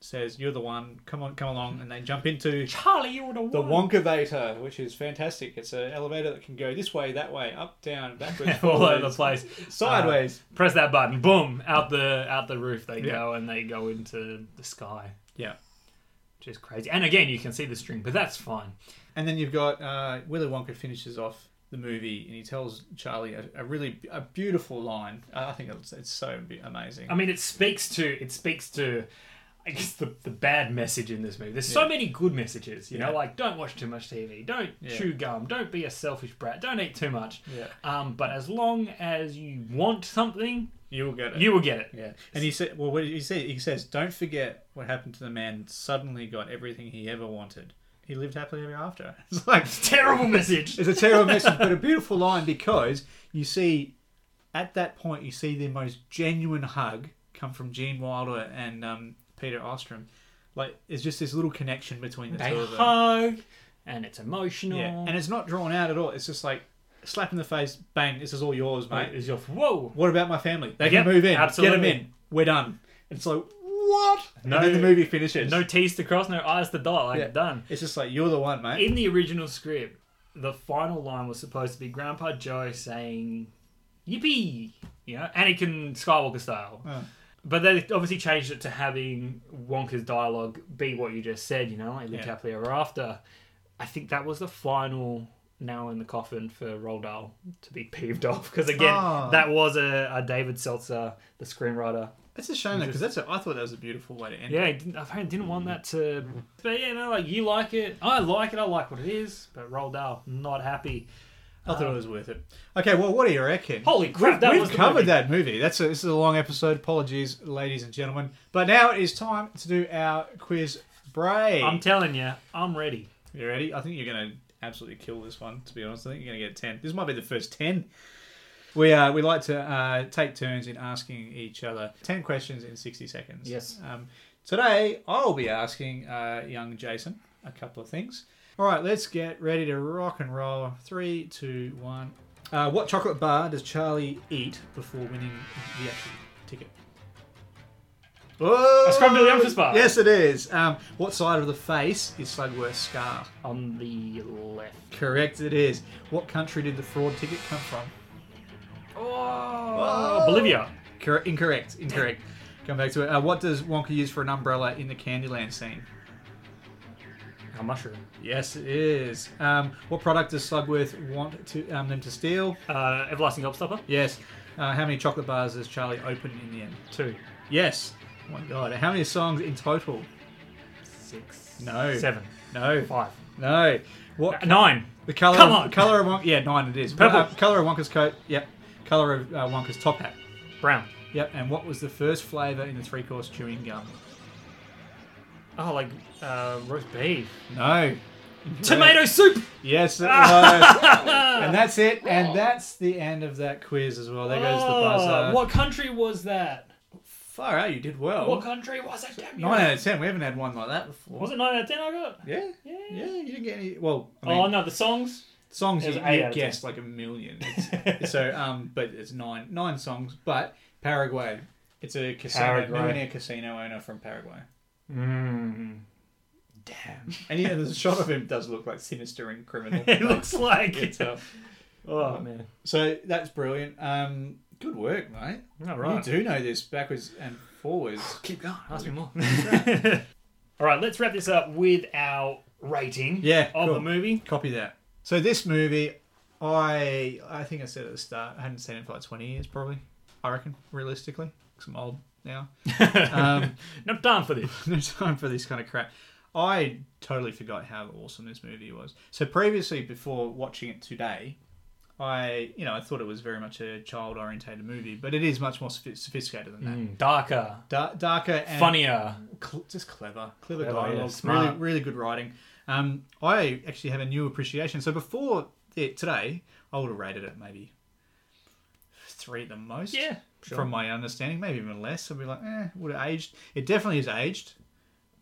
Speaker 2: Says you're the one. Come on, come along, and they jump into
Speaker 1: Charlie, you're the one.
Speaker 2: the Wonkavator, which is fantastic. It's an elevator that can go this way, that way, up, down,
Speaker 1: *laughs*
Speaker 2: backwards,
Speaker 1: all over the
Speaker 2: forwards,
Speaker 1: place.
Speaker 2: *laughs*
Speaker 1: *laughs*
Speaker 2: sideways.
Speaker 1: press that button, boom, out the out the roof they go and they go into the sky.
Speaker 2: yeah.
Speaker 1: Which is crazy. And again you can see the string, but that's fine.
Speaker 2: And then you've got uh, Willy Wonka finishes off the movie, and he tells Charlie a, a really a beautiful line. I I think it's, it's so be- amazing.
Speaker 1: I mean, it speaks to it speaks to, I guess the, the bad message in this movie. There's so many good messages, you know,
Speaker 2: Yeah.
Speaker 1: like don't watch too much TV, don't chew gum, don't be a selfish brat, don't eat too much.
Speaker 2: Yeah.
Speaker 1: Um, but as long as you want something,
Speaker 2: You'll get it.
Speaker 1: you will get it.
Speaker 2: Yeah, and he said, "Well, what did he say? He says, don't forget what happened to the man. Suddenly got everything he ever wanted. He lived happily ever after." *laughs* It's like *laughs*
Speaker 1: Terrible message.
Speaker 2: it's a terrible message, but a beautiful line because you see, at that point, you see the most genuine hug come from Gene Wilder and um, Peter Ostrom. Like, it's just this little connection between the
Speaker 1: They
Speaker 2: two of them.
Speaker 1: hug, and it's emotional.
Speaker 2: Yeah, and it's not drawn out at all. It's just like slap in the face, bang. This is all yours, mate.
Speaker 1: it's your whoa.
Speaker 2: What about my family? They
Speaker 1: Yep,
Speaker 2: can move in. Get
Speaker 1: absolutely.
Speaker 2: them in. We're done. It's like what?
Speaker 1: No-
Speaker 2: No, and then the movie finishes.
Speaker 1: No T's to cross, no I's to dot. Like
Speaker 2: Yeah.
Speaker 1: done.
Speaker 2: It's just like you're the one, mate.
Speaker 1: In the original script, the final line was supposed to be Grandpa Joe saying, "Yippee!" You know, Anakin Skywalker style. But they obviously changed it to having Wonka's dialogue be what you just said. You know, like lived
Speaker 2: Yeah.
Speaker 1: happily ever after. I think that was the final nail in the coffin for Roald Dahl to be peeved *laughs* off because again,
Speaker 2: Ah.
Speaker 1: that was a, a David Seltzer, the screenwriter,
Speaker 2: it's a shame though, because that's a, I thought that was a beautiful way to end.
Speaker 1: Yeah, I didn't, I didn't want that to.
Speaker 2: Mm-hmm.
Speaker 1: But yeah, no, like you like it, I like it, I like what it is. But Roald Dahl, not happy.
Speaker 2: I thought it was worth it. Okay, well, what do you reckon?
Speaker 1: Holy crap, that
Speaker 2: We've
Speaker 1: was the
Speaker 2: covered
Speaker 1: movie.
Speaker 2: that movie. That's a, this is a long episode. Apologies, ladies and gentlemen. But now it is time to do our quiz break.
Speaker 1: I'm telling you, I'm ready.
Speaker 2: you ready? I think you're going to absolutely kill this one. To be honest, I think you're going to get a ten. This might be the first ten. We uh, we like to uh, take turns in asking each other ten questions in sixty seconds.
Speaker 1: Yes.
Speaker 2: Um, today I'll be asking uh, young Jason a couple of things. All right, let's get ready to rock and roll. Three, two, one. Uh, what chocolate bar does Charlie eat before winning the actual ticket? Oh,
Speaker 1: Scrubbed Emphasis Bar.
Speaker 2: Yes, it is. Um, what side of the face is Slugworth's scar?
Speaker 1: On the left.
Speaker 2: Correct, it is. What country did the fraud ticket come from?
Speaker 1: Oh, Bolivia.
Speaker 2: Cor- incorrect, *laughs* incorrect. Come back to it. Uh, what does Wonka use for an umbrella in the Candyland scene?
Speaker 1: A mushroom.
Speaker 2: Yes, it is. Um, what product does Slugworth want to, um, them to steal?
Speaker 1: Uh, Everlasting Gobstopper.
Speaker 2: Yes. Uh, how many chocolate bars does Charlie open in the end?
Speaker 1: Two,
Speaker 2: Yes. Oh my god. How many songs in total?
Speaker 1: six,
Speaker 2: No.
Speaker 1: seven,
Speaker 2: No.
Speaker 1: five,
Speaker 2: No. What?
Speaker 1: uh, nine.
Speaker 2: The color.
Speaker 1: Come on.
Speaker 2: Color of Wonka. Yeah, nine. It is.
Speaker 1: Purple.
Speaker 2: Uh, color of Wonka's coat. Yep. Color of uh, Wonka's top hat.
Speaker 1: Brown.
Speaker 2: Yep. And what was the first flavor in the three-course chewing gum?
Speaker 1: Oh, like uh, roast beef.
Speaker 2: No. Mm-hmm.
Speaker 1: Tomato soup.
Speaker 2: Yes,
Speaker 1: *laughs*
Speaker 2: it was. and that's it. And that's the end of that quiz as well. There goes the buzzer.
Speaker 1: Oh, What country was that?
Speaker 2: Far out, you did well.
Speaker 1: What country was it? Damn you.
Speaker 2: Nine out of ten. We haven't had one like that before.
Speaker 1: Was it nine out of ten? I got.
Speaker 2: Yeah. Yeah. You didn't get any. Well, I mean,
Speaker 1: Oh no, the songs.
Speaker 2: songs
Speaker 1: It
Speaker 2: you,
Speaker 1: was eight
Speaker 2: you
Speaker 1: out of
Speaker 2: guessed like
Speaker 1: *laughs*
Speaker 2: a million. It's, so, um, but it's nine nine songs. But Paraguay, it's a casino
Speaker 1: Paraguay.
Speaker 2: millionaire casino owner from Paraguay. Damn. And yeah, the shot of him does look like sinister and criminal.
Speaker 1: *laughs* It
Speaker 2: *laughs*
Speaker 1: looks like.
Speaker 2: It's, uh,
Speaker 1: Oh man.
Speaker 2: So that's brilliant. Um, good work, mate.
Speaker 1: All right.
Speaker 2: You do know this backwards and forwards.
Speaker 1: Keep going. Ask me more. *laughs* All right, let's wrap this up with our rating
Speaker 2: Yeah,
Speaker 1: of
Speaker 2: cool.
Speaker 1: the
Speaker 2: *laughs*
Speaker 1: movie.
Speaker 2: Copy that. So this movie, I I think I said at the start, I hadn't seen it for like twenty years, probably. I reckon, realistically, 'cause I'm old now. um,
Speaker 1: Not done for this.
Speaker 2: *laughs* no time for this kind of crap. I totally forgot how awesome this movie was. So previously, before watching it today, I you know I thought it was very much a child orientated movie, but it is much more sophi- sophisticated than
Speaker 1: Mm.
Speaker 2: that.
Speaker 1: Darker,
Speaker 2: Dar- darker and
Speaker 1: funnier.
Speaker 2: cl- just clever, clever,
Speaker 1: Clever, yeah,
Speaker 2: dialogue,
Speaker 1: smart.
Speaker 2: really, really good writing. Um, I actually have a new appreciation. So before it, today, I would have rated it maybe three at the most.
Speaker 1: Yeah, sure.
Speaker 2: from my understanding, maybe even less. I'd be like, eh, would have aged. It definitely is aged.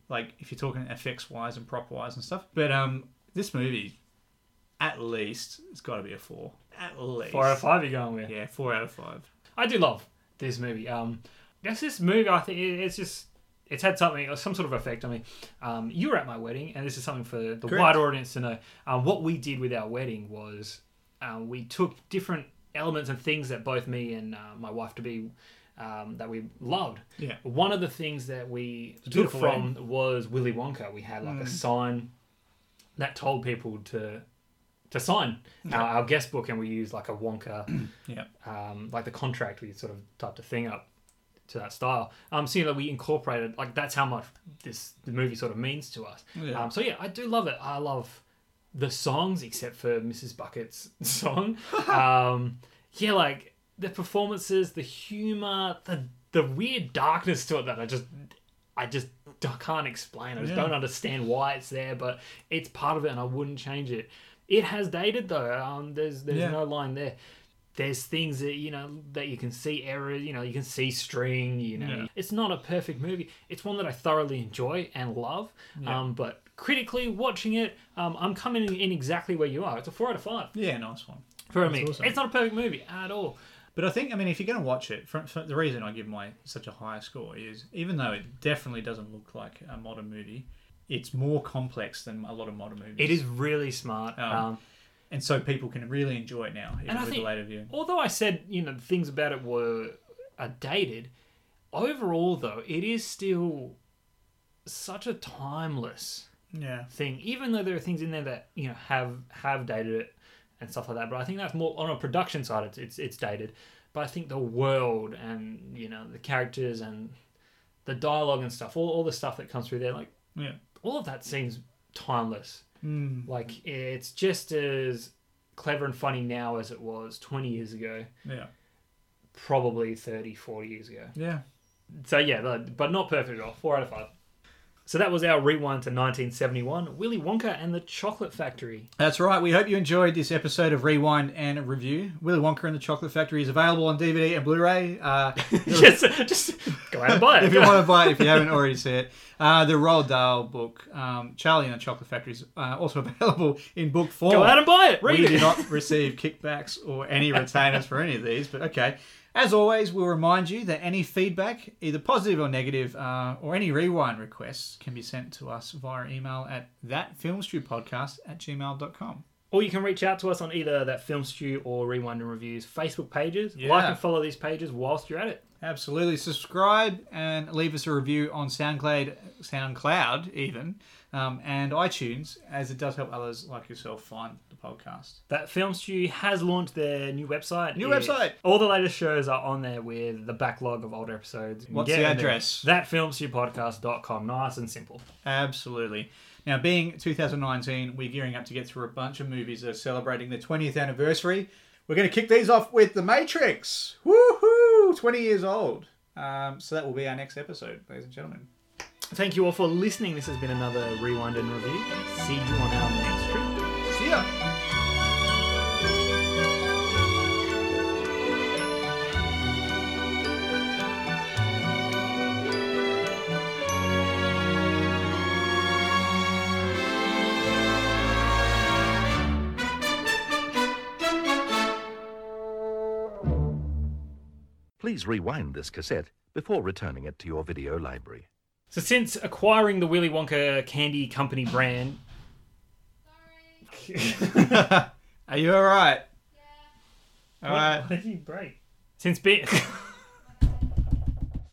Speaker 2: Like if you're talking effects wise and prop wise and stuff. But um, this movie, at least, it's got to be a four. At least
Speaker 1: Four out of five. You're going with.
Speaker 2: Yeah, four out of five.
Speaker 1: I do love this movie. Um, that's this movie. I think it- it's just it's had something, uh, some sort of effect on me. Um, you were at my wedding, and this is something for the wide audience to know. Um, what we did with our wedding was um, we took different elements and things that both me and uh, my wife to be. Um, that we loved.
Speaker 2: Yeah.
Speaker 1: One of the things that we took
Speaker 2: beautiful Mm.
Speaker 1: from was Willy Wonka. We had like a sign that told people to to sign our, our guest book, and we used like a Wonka,
Speaker 2: Yeah.
Speaker 1: um, like the contract. We sort of typed a thing up to that style. Um, so you know, we incorporated like that's how much this the movie sort of means to us.
Speaker 2: Yeah.
Speaker 1: Um, so yeah, I do love it. I love the songs except for Mrs. Bucket's *laughs* song. um, yeah, like the performances, the humor, the the weird darkness to it that I just I just d- can't explain. I just
Speaker 2: Yeah.
Speaker 1: don't understand why it's there, but it's part of it, and I wouldn't change it. It has dated though. Um, there's there's
Speaker 2: Yeah.
Speaker 1: no line there. There's things that you know that you can see errors. You know you can see string. You know
Speaker 2: Yeah.
Speaker 1: it's not a perfect movie. It's one that I thoroughly enjoy and love. Um, but critically watching it, um, I'm coming in exactly where you are. It's a four out of five
Speaker 2: Yeah, nice one.
Speaker 1: for me.
Speaker 2: awesome.
Speaker 1: It's not a perfect movie at all.
Speaker 2: But I think, I mean, if you're going to watch it, for, for the reason I give my such a high score is even though it definitely doesn't look like a modern movie, it's more complex than a lot of modern movies.
Speaker 1: It is really smart.
Speaker 2: Um,
Speaker 1: um,
Speaker 2: and so people can really enjoy it now, even
Speaker 1: And I
Speaker 2: with
Speaker 1: think,
Speaker 2: a later view.
Speaker 1: although I said you know things about it were are dated, overall though it is still such a timeless
Speaker 2: Yeah,
Speaker 1: thing. Even though there are things in there that you know have have dated it and stuff like that, but I think that's more on a production side. It's it's, it's dated, but I think the world and you know the characters and the dialogue and stuff, all all the stuff that comes through there, like
Speaker 2: yeah,
Speaker 1: all of that seems timeless. Like it's just as clever and funny now as it was 20 years ago,
Speaker 2: yeah,
Speaker 1: probably 30, 40 years ago.
Speaker 2: yeah.
Speaker 1: So yeah, but- but not perfect at all. Four out of five. So that was our rewind to 1971, Willy Wonka and the Chocolate
Speaker 2: *laughs*
Speaker 1: Factory. *laughs*
Speaker 2: That's right. We hope you enjoyed this episode of Rewind and Review. Willy Wonka and the Chocolate Factory is available on DVD and Blu-ray.
Speaker 1: *laughs*
Speaker 2: Uh,
Speaker 1: just, just go out and buy it.
Speaker 2: if you want to buy it, if you haven't already seen it, uh, the Roald Dahl book, um, Charlie and the Chocolate Factory, is uh, also *laughs* available in book
Speaker 1: *laughs*
Speaker 2: form.
Speaker 1: go out and buy it. Read
Speaker 2: we
Speaker 1: it.
Speaker 2: do not receive kickbacks or any retainers for any of these, but okay. As always, we'll remind you that any feedback, either positive or negative, uh, or any rewind requests can be sent to us via email at thatfilmstrewpodcast at gmail.com.
Speaker 1: Or you can reach out to us on either that Film Stew or Rewind and Reviews Facebook pages.
Speaker 2: Yeah.
Speaker 1: Like and follow these pages whilst you're at it.
Speaker 2: Absolutely. Subscribe and leave us a review on SoundCloud, SoundCloud even, um, and iTunes, as it does help others like yourself find the podcast.
Speaker 1: That Film Stew has launched their new website.
Speaker 2: New website!
Speaker 1: All the latest shows are on there with the backlog of older episodes. You can
Speaker 2: What's
Speaker 1: get
Speaker 2: the
Speaker 1: in there.
Speaker 2: address?
Speaker 1: Thatfilmstewpodcast.com. Nice and simple.
Speaker 2: Absolutely. Now, being 2019, we're gearing up to get through a bunch of movies that are celebrating their 20th anniversary. We're going to kick these off with The Matrix. Woohoo! 20 years old. Um, so that will be our next episode, ladies and gentlemen.
Speaker 1: Thank you all for listening. This has been another Rewind and Review. See you on our next trip.
Speaker 2: See ya! *laughs*
Speaker 7: Please rewind this cassette before returning it to your video library.
Speaker 1: So since acquiring the Willy Wonka Candy Company brand,
Speaker 2: Are you alright? Alright.
Speaker 1: *laughs* what did you break? Since being